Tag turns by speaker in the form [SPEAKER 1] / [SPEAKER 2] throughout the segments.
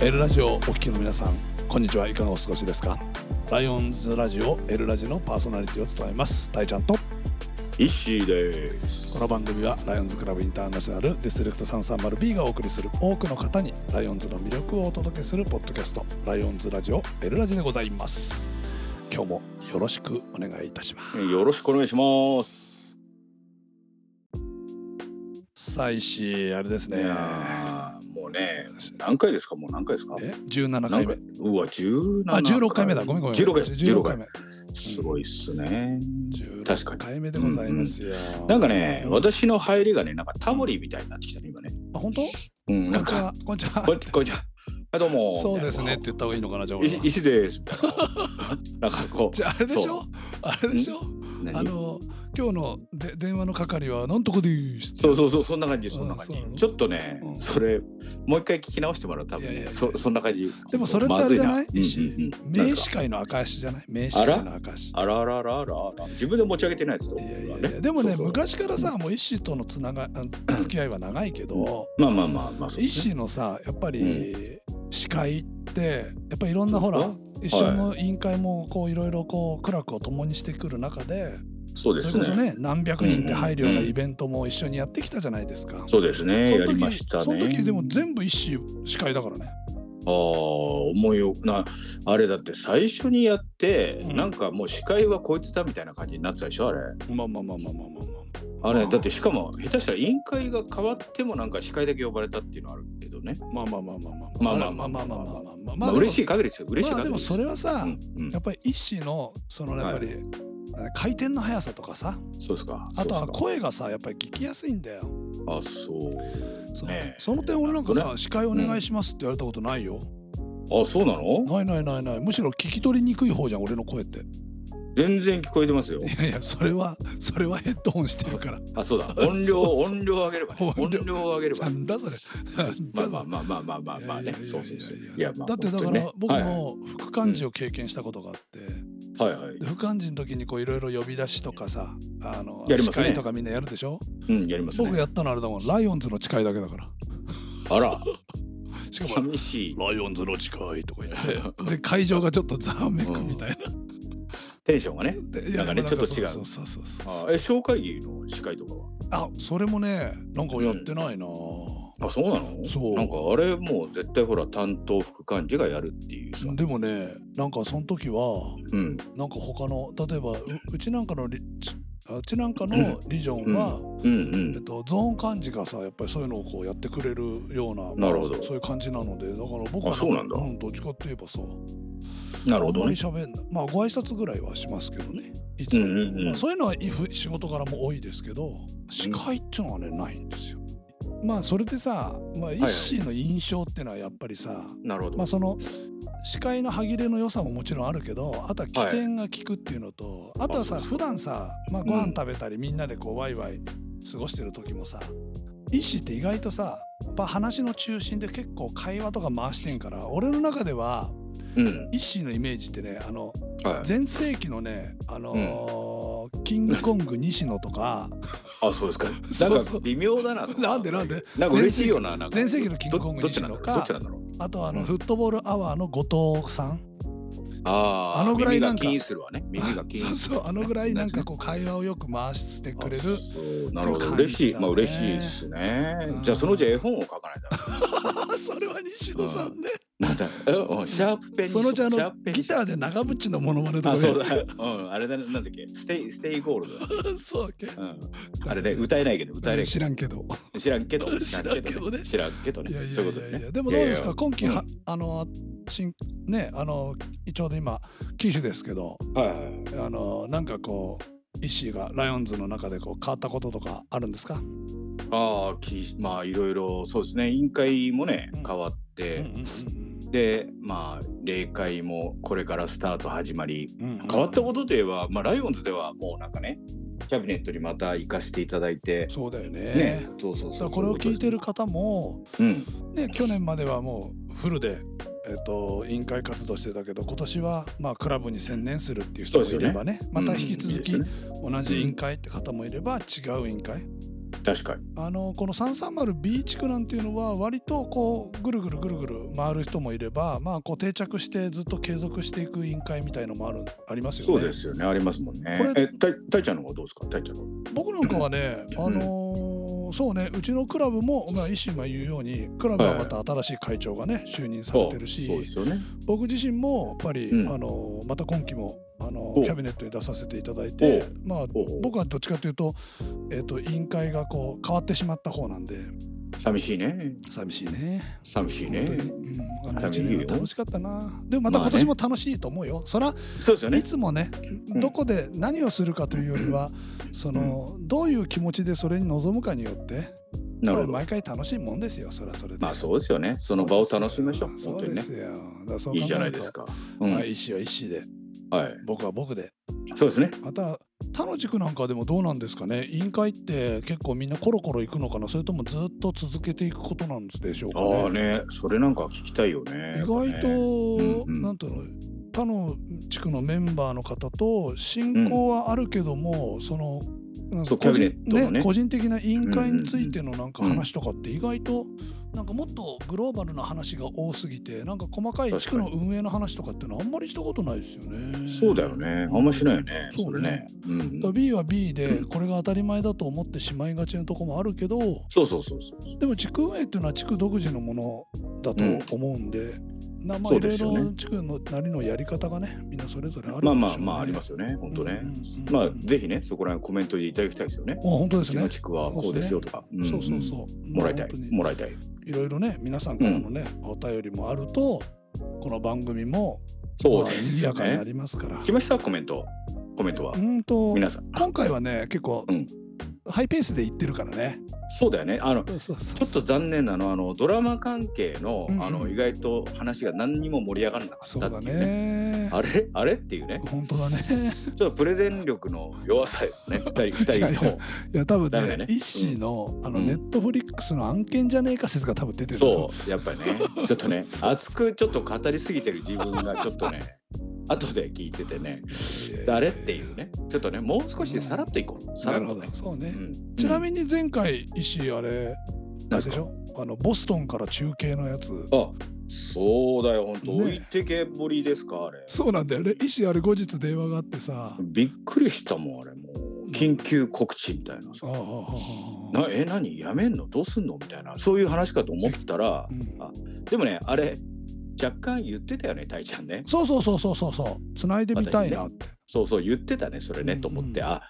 [SPEAKER 1] L ラジオをお聞きの皆さんこんにちはいかがお過ごしですかライオンズラジオ L ラジのパーソナリティを務めますたいちゃんと
[SPEAKER 2] イッシーです。
[SPEAKER 1] この番組はライオンズクラブインターナショナルディストリクト 330B がお送りする多くの方にライオンズの魅力をお届けするポッドキャストライオンズラジオ L ラジでございます今日もよろしくお願いいたします
[SPEAKER 2] よろしくお願いします。
[SPEAKER 1] さあ石あれですね
[SPEAKER 2] ねえ、もうね、何回ですかもう何回ですか
[SPEAKER 1] え17
[SPEAKER 2] 何
[SPEAKER 1] 回
[SPEAKER 2] 回
[SPEAKER 1] 目
[SPEAKER 2] うわ、17
[SPEAKER 1] あ
[SPEAKER 2] 回。
[SPEAKER 1] 16回目だごめんごめん
[SPEAKER 2] 16回、16
[SPEAKER 1] ,16
[SPEAKER 2] 回
[SPEAKER 1] 回目。
[SPEAKER 2] すごいっすね。確
[SPEAKER 1] 16
[SPEAKER 2] かに。
[SPEAKER 1] 回目でございますよ、
[SPEAKER 2] なんかね、
[SPEAKER 1] うん
[SPEAKER 2] 私の入りがね、なんかタモリみたいになってきたね、今ね。
[SPEAKER 1] あ本当
[SPEAKER 2] うん、なんか、
[SPEAKER 1] こんにちは
[SPEAKER 2] こ
[SPEAKER 1] こん
[SPEAKER 2] ん
[SPEAKER 1] に
[SPEAKER 2] に
[SPEAKER 1] ち
[SPEAKER 2] ちこんにちは。あ、どうも。
[SPEAKER 1] はそうですねっ
[SPEAKER 2] み
[SPEAKER 1] て言った方がいいのかなじゃあ
[SPEAKER 2] たい
[SPEAKER 1] 俺
[SPEAKER 2] な。
[SPEAKER 1] は
[SPEAKER 2] イッシーです。みたい ななんかこ
[SPEAKER 1] じゃああれでしょ
[SPEAKER 2] そ
[SPEAKER 1] あれでしょ
[SPEAKER 2] う、何
[SPEAKER 1] あの今日ので電話の係はなんとかでーす
[SPEAKER 2] そうそうそう、そんな感じ、そんな感
[SPEAKER 1] うん
[SPEAKER 2] じ
[SPEAKER 1] そうな。の
[SPEAKER 2] ちょっとね
[SPEAKER 1] う、ん
[SPEAKER 2] それ、もう一回聞き直してもらう、多分
[SPEAKER 1] いやい
[SPEAKER 2] ね、
[SPEAKER 1] や
[SPEAKER 2] そそんな感じ。
[SPEAKER 1] でもそれってあれじゃない
[SPEAKER 2] まずい
[SPEAKER 1] 石
[SPEAKER 2] うんうんうん
[SPEAKER 1] 名刺会の証じゃない名刺会の証
[SPEAKER 2] あらあらあらあらあら、自分で持ち上げてないですよ。
[SPEAKER 1] いやいや
[SPEAKER 2] 僕
[SPEAKER 1] い
[SPEAKER 2] は
[SPEAKER 1] やでもね
[SPEAKER 2] そうそう
[SPEAKER 1] 昔からさもう石とのつながあ付き合いは長いけど
[SPEAKER 2] まあまあまあまあ、そうですね
[SPEAKER 1] 石のさやっぱり司会ってやっぱいろんなほら一緒の委員会もこういろいろこう苦楽を共にしてくる中で
[SPEAKER 2] そうで
[SPEAKER 1] そ
[SPEAKER 2] す
[SPEAKER 1] れこそ
[SPEAKER 2] ね。
[SPEAKER 1] ね何百人って入るような
[SPEAKER 2] うん
[SPEAKER 1] イベントも一緒にやってきたじゃないですか。
[SPEAKER 2] そうですね。や
[SPEAKER 1] そ
[SPEAKER 2] り
[SPEAKER 1] の
[SPEAKER 2] ま
[SPEAKER 1] 時
[SPEAKER 2] したね。
[SPEAKER 1] その時でも全部石司会だからね。
[SPEAKER 2] ああ、思いよな、あれだって最初にやって、
[SPEAKER 1] うん
[SPEAKER 2] なんかもう司会はこいつだみたいな感じになってたでしょ、あれ。
[SPEAKER 1] まあまあまあまあまあまあまあ。
[SPEAKER 2] あ
[SPEAKER 1] う
[SPEAKER 2] れ、
[SPEAKER 1] ん
[SPEAKER 2] だってしかも、下手したら委員会が変わっても、なんか司会だけ呼ばれたっていうのはあるけどね。
[SPEAKER 1] まあまあまあまあ
[SPEAKER 2] ま
[SPEAKER 1] ま
[SPEAKER 2] あま
[SPEAKER 1] あ
[SPEAKER 2] あ
[SPEAKER 1] ま
[SPEAKER 2] ま
[SPEAKER 1] あま
[SPEAKER 2] あま
[SPEAKER 1] あま
[SPEAKER 2] あ
[SPEAKER 1] あまあま
[SPEAKER 2] まあ
[SPEAKER 1] あまあ
[SPEAKER 2] まあ、嬉しい限りですよ。嬉しい
[SPEAKER 1] まあ
[SPEAKER 2] 限
[SPEAKER 1] で
[SPEAKER 2] り
[SPEAKER 1] も
[SPEAKER 2] です。
[SPEAKER 1] それはさ、
[SPEAKER 2] うんうん
[SPEAKER 1] やっぱり一子のそのやっぱり、回転の速さとかさ
[SPEAKER 2] そうですか。
[SPEAKER 1] あと
[SPEAKER 2] そ
[SPEAKER 1] は
[SPEAKER 2] うっすか
[SPEAKER 1] 声がさやっぱり聞きやすいんだよ
[SPEAKER 2] あ、そう。
[SPEAKER 1] そ,、
[SPEAKER 2] ねえ
[SPEAKER 1] その点俺なんか
[SPEAKER 2] なる
[SPEAKER 1] さ司会お願いしますって言われたことないよ、
[SPEAKER 2] あ、そうなの
[SPEAKER 1] ないないないないむしろ聞き取りにくい方じゃん俺の声ってい
[SPEAKER 2] 全然聞こえてますよ。
[SPEAKER 1] やいやそれはそれはヘッドホンしてるから
[SPEAKER 2] あ、そうだ。音 量、
[SPEAKER 1] そうそう
[SPEAKER 2] 音量を上げれば、ね。
[SPEAKER 1] 音
[SPEAKER 2] 音
[SPEAKER 1] 量
[SPEAKER 2] 量を上げれば
[SPEAKER 1] な。んだそれ
[SPEAKER 2] まあまあまあまあまあまあまあ
[SPEAKER 1] いやいやいや
[SPEAKER 2] ね。
[SPEAKER 1] いや
[SPEAKER 2] そうそうそう。
[SPEAKER 1] いやいや
[SPEAKER 2] いや、まあ、
[SPEAKER 1] だってだか
[SPEAKER 2] 本当に
[SPEAKER 1] ら
[SPEAKER 2] ね
[SPEAKER 1] 僕も副幹事を経験したことがあって、
[SPEAKER 2] はいはいはい。
[SPEAKER 1] で副幹事の時にこういろいろ呼び出しとかさあの
[SPEAKER 2] やり
[SPEAKER 1] 司
[SPEAKER 2] ますね
[SPEAKER 1] 会とかみんなやるでしょ
[SPEAKER 2] うん、やります
[SPEAKER 1] 僕
[SPEAKER 2] ね。
[SPEAKER 1] やったのあれだもんライオンズの誓いだけだから
[SPEAKER 2] あら、
[SPEAKER 1] しかも
[SPEAKER 2] 寂しい。
[SPEAKER 1] ライオンズの誓いとか言 ってで会場がちょっとざわめくみたいな、
[SPEAKER 2] テンションがね。
[SPEAKER 1] でいや
[SPEAKER 2] なんかね
[SPEAKER 1] でも
[SPEAKER 2] ちょっと違う
[SPEAKER 1] そうそうそう
[SPEAKER 2] あ
[SPEAKER 1] そう
[SPEAKER 2] え、小会議の司会とかは。
[SPEAKER 1] あそれもねなんかやってないな、
[SPEAKER 2] あ、そうなの
[SPEAKER 1] そう
[SPEAKER 2] なんかあれ、もう絶対ほら、担当副幹事がやるっていうさ。
[SPEAKER 1] でもねなんかその時は
[SPEAKER 2] うん。
[SPEAKER 1] なんか他の例えばううちなんかのリちあうちなんかのリジョンは、
[SPEAKER 2] うんう
[SPEAKER 1] えっ
[SPEAKER 2] ん。
[SPEAKER 1] と、ゾーン感じがさやっぱりそういうのをこうやってくれるような
[SPEAKER 2] なるほど
[SPEAKER 1] そういう感じなのでだから僕は
[SPEAKER 2] あそうなんだ
[SPEAKER 1] うん、どっちかって言えばさ
[SPEAKER 2] なるほ
[SPEAKER 1] あん
[SPEAKER 2] ど
[SPEAKER 1] まり
[SPEAKER 2] ね。
[SPEAKER 1] 喋んないまあご挨拶ぐらいはしますけどねいつ
[SPEAKER 2] う
[SPEAKER 1] も、
[SPEAKER 2] んうんう
[SPEAKER 1] ま
[SPEAKER 2] ん
[SPEAKER 1] あ、。そういうのはいふ仕事柄も多いですけど司会っていうのはねないんですよまあそれでさ、まあ、イッシーの印象っていうのはやっぱりさ、
[SPEAKER 2] なるほど
[SPEAKER 1] まあ。その視界の歯切れの良さももちろんあるけどあとは起点が効くっていうのと、あとはさ
[SPEAKER 2] あそうそ
[SPEAKER 1] 普
[SPEAKER 2] う
[SPEAKER 1] 段さ、まあ、ご飯食べたり、みんなでこうワイワイ過ごしてる時もさ医師って意外とさやっぱ話の中心で結構会話とか回してんから俺の中では
[SPEAKER 2] うん。
[SPEAKER 1] 医師のイメージってねあの
[SPEAKER 2] はい。
[SPEAKER 1] 全盛期のねあのーキングコング西野とか
[SPEAKER 2] あ、そうです か。
[SPEAKER 1] そう
[SPEAKER 2] なんか微妙だな、その
[SPEAKER 1] なんでなんで
[SPEAKER 2] なんか嬉しいよな、なんか。
[SPEAKER 1] 全盛期のキングコング
[SPEAKER 2] どどっち
[SPEAKER 1] 西
[SPEAKER 2] なんだ
[SPEAKER 1] 野
[SPEAKER 2] ろ
[SPEAKER 1] か
[SPEAKER 2] うどっちなんだろう
[SPEAKER 1] あとあの、
[SPEAKER 2] うん
[SPEAKER 1] フットボールアワーの後藤さん
[SPEAKER 2] あー
[SPEAKER 1] あのぐらいなんか
[SPEAKER 2] 耳が気にするわね。耳が気に す
[SPEAKER 1] そう
[SPEAKER 2] る。
[SPEAKER 1] そうあのぐらいなん かこう会話をよく回してくれる
[SPEAKER 2] あそうなるほ
[SPEAKER 1] っていう感
[SPEAKER 2] ど。
[SPEAKER 1] じ
[SPEAKER 2] 嬉しい。
[SPEAKER 1] だね
[SPEAKER 2] まあ嬉しいですね
[SPEAKER 1] う。ん
[SPEAKER 2] じゃあそのうち絵本を書かないと。
[SPEAKER 1] あそれは西野さんね。
[SPEAKER 2] なんだ。 えうんシャープペンにし
[SPEAKER 1] そのうちあ
[SPEAKER 2] シャープペ
[SPEAKER 1] の
[SPEAKER 2] ンに
[SPEAKER 1] ギターで長渕のモノマネとか
[SPEAKER 2] あ、
[SPEAKER 1] ね
[SPEAKER 2] そうだ。うん。あれだね。なんだっけ。ステイステイゴールドだ。
[SPEAKER 1] そうだっけ
[SPEAKER 2] うん。あれね。歌えないけど歌えないけ
[SPEAKER 1] 知らんけど。
[SPEAKER 2] ど。知らんけど。
[SPEAKER 1] 知らんけどね
[SPEAKER 2] 知らんけど
[SPEAKER 1] いやい
[SPEAKER 2] ね。
[SPEAKER 1] や
[SPEAKER 2] そういう
[SPEAKER 1] い
[SPEAKER 2] ことで
[SPEAKER 1] やい
[SPEAKER 2] す
[SPEAKER 1] や
[SPEAKER 2] ね。
[SPEAKER 1] でもどうです
[SPEAKER 2] いや
[SPEAKER 1] か
[SPEAKER 2] い
[SPEAKER 1] 今期
[SPEAKER 2] うん
[SPEAKER 1] はあの新ねあのちょうど今九州ですけど
[SPEAKER 2] やはいはいはい。
[SPEAKER 1] あのなんかこう石井がライオンズの中でこう変わったこととかあるんですか？
[SPEAKER 2] ああ、きまあいろいろそうですね。委員会もね
[SPEAKER 1] うん
[SPEAKER 2] 変わっ
[SPEAKER 1] うんう
[SPEAKER 2] て
[SPEAKER 1] ん。
[SPEAKER 2] で、まあ、霊界もこれからスタート始まり、
[SPEAKER 1] うんうん
[SPEAKER 2] 変わったことといえば、まあ、ライオンズではもうなんかねキャビネットにまた行かせていただいて
[SPEAKER 1] そうだよ
[SPEAKER 2] ね
[SPEAKER 1] ね。
[SPEAKER 2] そうそう
[SPEAKER 1] だ
[SPEAKER 2] そ
[SPEAKER 1] か
[SPEAKER 2] う
[SPEAKER 1] らこれを聞いてる方も
[SPEAKER 2] うん
[SPEAKER 1] ね、去年まではもうフルで、えっと委員会活動してたけど今年はまあクラブに専念するっていう人もいればねまた引き続き
[SPEAKER 2] うんいいです
[SPEAKER 1] 同じ委員会って方もいれば違う委員会、
[SPEAKER 2] 確かに。
[SPEAKER 1] あのこの 330B 地区なんていうのは割とこうぐるぐるぐるぐる回る人もいれば、まあ、こう定着してずっと継続していく委員会みたいのもあるありますよね。
[SPEAKER 2] そうですよね。ありますもんね
[SPEAKER 1] こ。れ
[SPEAKER 2] え、たい、たいちゃんの方はどうですか。たいちゃんの方。
[SPEAKER 1] 僕なんかはね、
[SPEAKER 2] うん
[SPEAKER 1] あのーそうねうちのクラブも、まあ、維新が言うようにクラブはまた新しい会長がね就任されてるし、
[SPEAKER 2] そうですよね。
[SPEAKER 1] 僕自身もやっぱり、
[SPEAKER 2] うん
[SPEAKER 1] あのーまた今期もあの
[SPEAKER 2] お
[SPEAKER 1] ーキャビネットに出させていただいて、まあ、
[SPEAKER 2] おうおう
[SPEAKER 1] 僕はどっちかというと,、えー、と委員会がこう変わってしまった方なんで
[SPEAKER 2] 寂しいね。
[SPEAKER 1] 寂しいね。
[SPEAKER 2] 寂しい
[SPEAKER 1] 本
[SPEAKER 2] ね
[SPEAKER 1] 当。に、うん、あの
[SPEAKER 2] 寂しい
[SPEAKER 1] 1
[SPEAKER 2] よ
[SPEAKER 1] 年は楽しかったなでもまた
[SPEAKER 2] ま
[SPEAKER 1] 今
[SPEAKER 2] あね
[SPEAKER 1] 年も楽しいと思うよ、そら
[SPEAKER 2] そうですよ
[SPEAKER 1] い
[SPEAKER 2] ね。
[SPEAKER 1] つもね、
[SPEAKER 2] ん
[SPEAKER 1] どこで何をするかというよりはそのどういう気持ちでそれに臨むかによって
[SPEAKER 2] なるほど。
[SPEAKER 1] 毎回楽しいもんですよそれはそれで、
[SPEAKER 2] まあ、そうですよね。その場を楽しみましょう。本当にね
[SPEAKER 1] そう。ですよだからそう考えると
[SPEAKER 2] いいじゃないですか。う
[SPEAKER 1] ま
[SPEAKER 2] ん。
[SPEAKER 1] あ
[SPEAKER 2] はい。
[SPEAKER 1] 医師は医師で僕は僕で
[SPEAKER 2] そうですね。
[SPEAKER 1] また他の塾なんかでもどうなんですかね委員会って結構みんなコロコロ行くのかなそれともずっと続けていくことなんでしょうか
[SPEAKER 2] ああね、それなんか聞きたいよ
[SPEAKER 1] 意
[SPEAKER 2] ね。
[SPEAKER 1] 外と、
[SPEAKER 2] ねうんうん
[SPEAKER 1] なんていうの他の地区のメンバーの方と親交はあるけども、そのなん
[SPEAKER 2] そ
[SPEAKER 1] か
[SPEAKER 2] うキャ
[SPEAKER 1] 個
[SPEAKER 2] ビネ
[SPEAKER 1] 人
[SPEAKER 2] ットのね
[SPEAKER 1] ね個人的な委員会についてのなんか話とかって意外となんかもっとグローバルな話が多すぎてなんか細かい地区の運営の話とかっていうのはあんまりしたことないですよね。
[SPEAKER 2] そうだよね。あんましないよね。
[SPEAKER 1] そ
[SPEAKER 2] そうれ
[SPEAKER 1] ね
[SPEAKER 2] ね。うん
[SPEAKER 1] だから B は B でこれが当たり前だと思ってしまいがちなとこもあるけど
[SPEAKER 2] そうそうそうそう。
[SPEAKER 1] でも地区運営っていうのは地区独自のものだと思うんで、なまあ
[SPEAKER 2] そ
[SPEAKER 1] いう
[SPEAKER 2] で
[SPEAKER 1] ろい
[SPEAKER 2] すよね
[SPEAKER 1] ろ地区のなりのやり方がねみんなそれぞれあるんでしょ
[SPEAKER 2] ま
[SPEAKER 1] う
[SPEAKER 2] あ
[SPEAKER 1] ね、。
[SPEAKER 2] まあまあありますすよね。本当ね
[SPEAKER 1] うんうんうん。
[SPEAKER 2] まあぜひね、そこら辺コメントでいただきたいですよね。
[SPEAKER 1] もう本当で
[SPEAKER 2] う
[SPEAKER 1] す
[SPEAKER 2] ち
[SPEAKER 1] ね
[SPEAKER 2] の。地区はこうですよとか。ん
[SPEAKER 1] そうそうそう。
[SPEAKER 2] もらいたい
[SPEAKER 1] まあ本。当に
[SPEAKER 2] もらいたい。
[SPEAKER 1] いろいろね皆さんからのね、お便りもあるとこの番組も
[SPEAKER 2] そう
[SPEAKER 1] まあ
[SPEAKER 2] で
[SPEAKER 1] 賑
[SPEAKER 2] す
[SPEAKER 1] や
[SPEAKER 2] よ
[SPEAKER 1] かにな
[SPEAKER 2] ね。
[SPEAKER 1] りますから。
[SPEAKER 2] 来ましたコメント。コメントは
[SPEAKER 1] う。んと
[SPEAKER 2] 皆さん。
[SPEAKER 1] 今回はね結構、
[SPEAKER 2] うん
[SPEAKER 1] ハイペースでいってるからね。
[SPEAKER 2] そうだよね。あの、
[SPEAKER 1] そうそうそう
[SPEAKER 2] ちょっと残念なのは、あの、ドラマ関係の、
[SPEAKER 1] うんうん
[SPEAKER 2] あの、意外と話が何にも盛り上がらなか
[SPEAKER 1] そ
[SPEAKER 2] っ
[SPEAKER 1] う
[SPEAKER 2] た
[SPEAKER 1] だ
[SPEAKER 2] っていうね。
[SPEAKER 1] ね。
[SPEAKER 2] あれあれってい うね。
[SPEAKER 1] 本当だね。
[SPEAKER 2] ちょっとプレゼン力の弱さですね。二人、二人 とも。
[SPEAKER 1] いや多分
[SPEAKER 2] ダメ
[SPEAKER 1] ね
[SPEAKER 2] だね
[SPEAKER 1] イッシーの、あの
[SPEAKER 2] うん
[SPEAKER 1] ネットフリックスの案件じゃねえか説が多分出てる
[SPEAKER 2] そう、やっぱりね、ちょっと ね
[SPEAKER 1] そ、う
[SPEAKER 2] 熱くちょっと語りすぎてる自分がちょっ とね、後で聞いててね、誰っていうね、ちょっとね、もう少しさらっといこう、さ
[SPEAKER 1] な
[SPEAKER 2] ら
[SPEAKER 1] る
[SPEAKER 2] っ
[SPEAKER 1] ほ
[SPEAKER 2] と
[SPEAKER 1] ど
[SPEAKER 2] ね。
[SPEAKER 1] そうね、
[SPEAKER 2] うん
[SPEAKER 1] ちなみに前回イッシーあれあれでしょあのボストンから中継のやつ
[SPEAKER 2] あそうだよ、本当、
[SPEAKER 1] ね
[SPEAKER 2] 置いてけぼりですか、あれ。
[SPEAKER 1] そうなんだよねイッシーあれ後日電話があってさ
[SPEAKER 2] びっくりしたもん、あれ、もう、緊急告知みたいな
[SPEAKER 1] あ
[SPEAKER 2] さ
[SPEAKER 1] ああ。ああああ
[SPEAKER 2] なえ、何やめんのどうすんのみたいな、そういう話かと思ったら
[SPEAKER 1] う、ん
[SPEAKER 2] でもね、あれ、若干言ってたよね、たいちゃんね。
[SPEAKER 1] そうそうそうそうそうそうつないでみたいなって、
[SPEAKER 2] そうそう、言ってたね、それ
[SPEAKER 1] う
[SPEAKER 2] ね、
[SPEAKER 1] ん
[SPEAKER 2] と思って、あ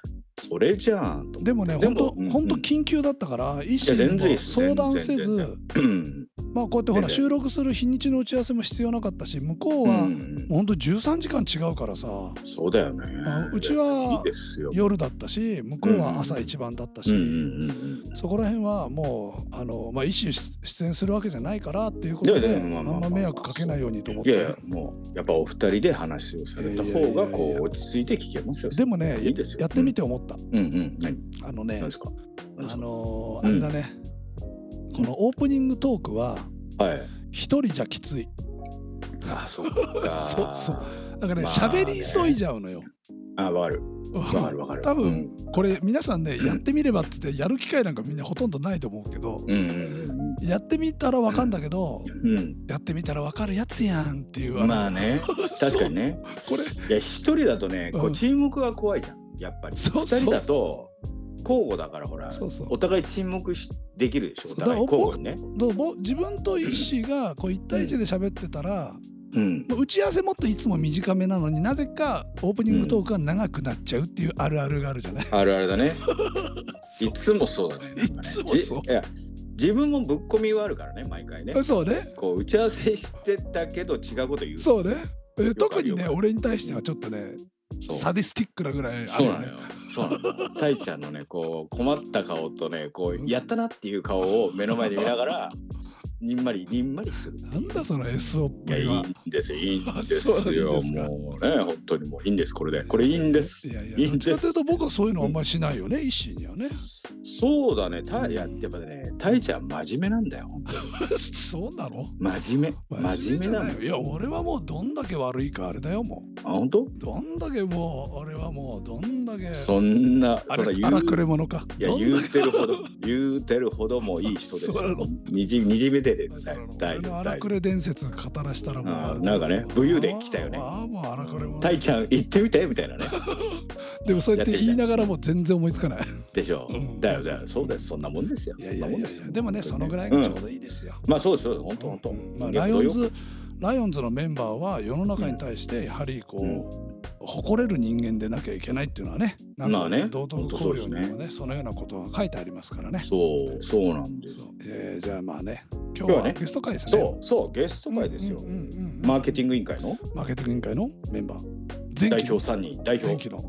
[SPEAKER 2] それじゃん、と思
[SPEAKER 1] でもね
[SPEAKER 2] で
[SPEAKER 1] 本当
[SPEAKER 2] もうん
[SPEAKER 1] 本当緊急だったからイッシー
[SPEAKER 2] 全然いい
[SPEAKER 1] にも
[SPEAKER 2] です全
[SPEAKER 1] 相
[SPEAKER 2] 然
[SPEAKER 1] 談せ
[SPEAKER 2] 全
[SPEAKER 1] ず
[SPEAKER 2] って。うん
[SPEAKER 1] まあこうやってほら
[SPEAKER 2] 全然
[SPEAKER 1] 収録する日にちの打ち合わせも必要なかったし向こうは、
[SPEAKER 2] うん
[SPEAKER 1] もうほんと13時間違うからさ
[SPEAKER 2] そうだよね
[SPEAKER 1] あ。うち
[SPEAKER 2] い
[SPEAKER 1] はい
[SPEAKER 2] ですよ。
[SPEAKER 1] 夜だったし向こうは朝一番だったし、
[SPEAKER 2] うんうんうん
[SPEAKER 1] そこら辺はもうあの、まあ、医師出演するわけじゃないからっていうこと
[SPEAKER 2] いやい
[SPEAKER 1] であ
[SPEAKER 2] やまあ
[SPEAKER 1] ん
[SPEAKER 2] まあま
[SPEAKER 1] ま
[SPEAKER 2] あ
[SPEAKER 1] 迷惑かけないようにと思って
[SPEAKER 2] いやい
[SPEAKER 1] ね、
[SPEAKER 2] やもうやっぱお二人で話をされた
[SPEAKER 1] いやいや
[SPEAKER 2] 方
[SPEAKER 1] いや
[SPEAKER 2] が
[SPEAKER 1] いや
[SPEAKER 2] こう落ち着いて聞けますよ。
[SPEAKER 1] でもね
[SPEAKER 2] いいですよ
[SPEAKER 1] やってみて思った、
[SPEAKER 2] うんうん何
[SPEAKER 1] あのね
[SPEAKER 2] 何ですか。何です
[SPEAKER 1] あ
[SPEAKER 2] か
[SPEAKER 1] のー
[SPEAKER 2] うん
[SPEAKER 1] あれだね、このオープニングトークは
[SPEAKER 2] はい。
[SPEAKER 1] 一人じゃきつい
[SPEAKER 2] あそっ か。
[SPEAKER 1] そうそうだからね
[SPEAKER 2] まあね
[SPEAKER 1] 喋、り急いじゃうのよ
[SPEAKER 2] あわかるわかるわか る。
[SPEAKER 1] 多分、
[SPEAKER 2] うん
[SPEAKER 1] これ皆さんねやってみればって言ってやる機会なんかみんなほとんどないと思うけど
[SPEAKER 2] うん
[SPEAKER 1] やってみたらわかんだけど、
[SPEAKER 2] うんうんうん。
[SPEAKER 1] やってみたらわかるやつやんっていう
[SPEAKER 2] うん。まあ
[SPEAKER 1] の
[SPEAKER 2] ね確かにね。
[SPEAKER 1] これ
[SPEAKER 2] いや一人だとね
[SPEAKER 1] う
[SPEAKER 2] こ
[SPEAKER 1] ん
[SPEAKER 2] う沈黙が怖いじゃんやっぱり。二
[SPEAKER 1] そうそう
[SPEAKER 2] 人だと交互だからほら
[SPEAKER 1] そうそう
[SPEAKER 2] お互い沈黙しできるでしょ
[SPEAKER 1] そ
[SPEAKER 2] お
[SPEAKER 1] うだから
[SPEAKER 2] 互い交互にね。
[SPEAKER 1] どうぼ自分と医師がこう1対1で喋ってたら、
[SPEAKER 2] うん。
[SPEAKER 1] 打ち合わせもっといつも短めなのになぜかオープニングトークが長くなっちゃうっていうあるあるがあるじゃない、
[SPEAKER 2] あるあるだね。い
[SPEAKER 1] そ
[SPEAKER 2] つもそうだね。なんかね
[SPEAKER 1] いつもそう
[SPEAKER 2] じいや自分もぶっ込みはあるからね、毎回ね
[SPEAKER 1] う。そうね
[SPEAKER 2] こう打ち合わせしてたけど違うこと言う。
[SPEAKER 1] そうねえ
[SPEAKER 2] よくある
[SPEAKER 1] 特にね
[SPEAKER 2] よくある
[SPEAKER 1] 俺に対してはちょっとね
[SPEAKER 2] そう
[SPEAKER 1] サディスティックなぐらいあるよね
[SPEAKER 2] そうなのよ。そうなの よ。たいちゃんのね、こう困った顔とね、こうやったなっていう顔を目の前で見ながら、にんまりにんまりするって
[SPEAKER 1] ない
[SPEAKER 2] うん
[SPEAKER 1] だその S オっ
[SPEAKER 2] い
[SPEAKER 1] ぷ
[SPEAKER 2] やい
[SPEAKER 1] り
[SPEAKER 2] い
[SPEAKER 1] は。
[SPEAKER 2] んですよいいんで
[SPEAKER 1] あそ
[SPEAKER 2] す
[SPEAKER 1] うなん
[SPEAKER 2] よ
[SPEAKER 1] ですか
[SPEAKER 2] もうね本当にもういいんですこれでこれいいんです
[SPEAKER 1] いやいや、
[SPEAKER 2] い
[SPEAKER 1] ど
[SPEAKER 2] い
[SPEAKER 1] っ
[SPEAKER 2] ん
[SPEAKER 1] ち
[SPEAKER 2] で
[SPEAKER 1] かという
[SPEAKER 2] す
[SPEAKER 1] と僕はそういうのあんまりしないよね、一心にはね。
[SPEAKER 2] そうだねたいややっぱねたいちゃん真面目なんだよ本当に
[SPEAKER 1] そうなの
[SPEAKER 2] 真面目真面目なの
[SPEAKER 1] いよ。いや、俺はもうどんだけ悪いかあれだよ、も
[SPEAKER 2] あ本当
[SPEAKER 1] う。どんだけもう、俺はもうどんだけ。
[SPEAKER 2] そんな
[SPEAKER 1] あ
[SPEAKER 2] そら
[SPEAKER 1] れ
[SPEAKER 2] 言
[SPEAKER 1] 荒
[SPEAKER 2] う
[SPEAKER 1] くれ者か。
[SPEAKER 2] いや
[SPEAKER 1] どんだけ
[SPEAKER 2] 言うてるほど言うてるほどもういい人です
[SPEAKER 1] そうなの
[SPEAKER 2] よにじにじめ
[SPEAKER 1] そ
[SPEAKER 2] てる
[SPEAKER 1] うなの
[SPEAKER 2] 大
[SPEAKER 1] 俺の
[SPEAKER 2] 丈夫
[SPEAKER 1] 荒
[SPEAKER 2] 大丈
[SPEAKER 1] く
[SPEAKER 2] 夫
[SPEAKER 1] れ伝説語らしたらもうあれだ
[SPEAKER 2] うんなんかね武勇伝来たよね
[SPEAKER 1] ああ、もう荒くれ者。
[SPEAKER 2] たいちゃん行ってみてみた いなね
[SPEAKER 1] でもそうやって
[SPEAKER 2] やってみたい
[SPEAKER 1] 言いながらも全然思いつかない。
[SPEAKER 2] でしょ
[SPEAKER 1] うん
[SPEAKER 2] だよだよそうですそんなもんですよそんなもんですよ
[SPEAKER 1] でもね、そのぐらい
[SPEAKER 2] うん
[SPEAKER 1] がちょうどいいですよ。
[SPEAKER 2] まあそうですよ本当本当
[SPEAKER 1] まあ、ライオンズライオンズのメンバーは世の中に対してやはりこう、誇れる人間でなきゃいけないっていうのはねなん
[SPEAKER 2] ま
[SPEAKER 1] か
[SPEAKER 2] あね
[SPEAKER 1] 道
[SPEAKER 2] ほ
[SPEAKER 1] 徳
[SPEAKER 2] んとそ
[SPEAKER 1] 考
[SPEAKER 2] うで
[SPEAKER 1] 慮
[SPEAKER 2] す
[SPEAKER 1] に
[SPEAKER 2] ね
[SPEAKER 1] もねそのようなことが書いてありますからね。
[SPEAKER 2] そうそうなんです
[SPEAKER 1] そうえーじゃあまあね今日
[SPEAKER 2] 今日
[SPEAKER 1] は
[SPEAKER 2] は
[SPEAKER 1] ね
[SPEAKER 2] ね
[SPEAKER 1] ゲスト会ですね。
[SPEAKER 2] そうそうゲスト会ですよ
[SPEAKER 1] うんうんうんうん
[SPEAKER 2] マーケティング委員会の
[SPEAKER 1] マーケティング委員会のメンバー前
[SPEAKER 2] 代
[SPEAKER 1] 期
[SPEAKER 2] 表
[SPEAKER 1] の
[SPEAKER 2] 3人代
[SPEAKER 1] 前
[SPEAKER 2] 表
[SPEAKER 1] 期の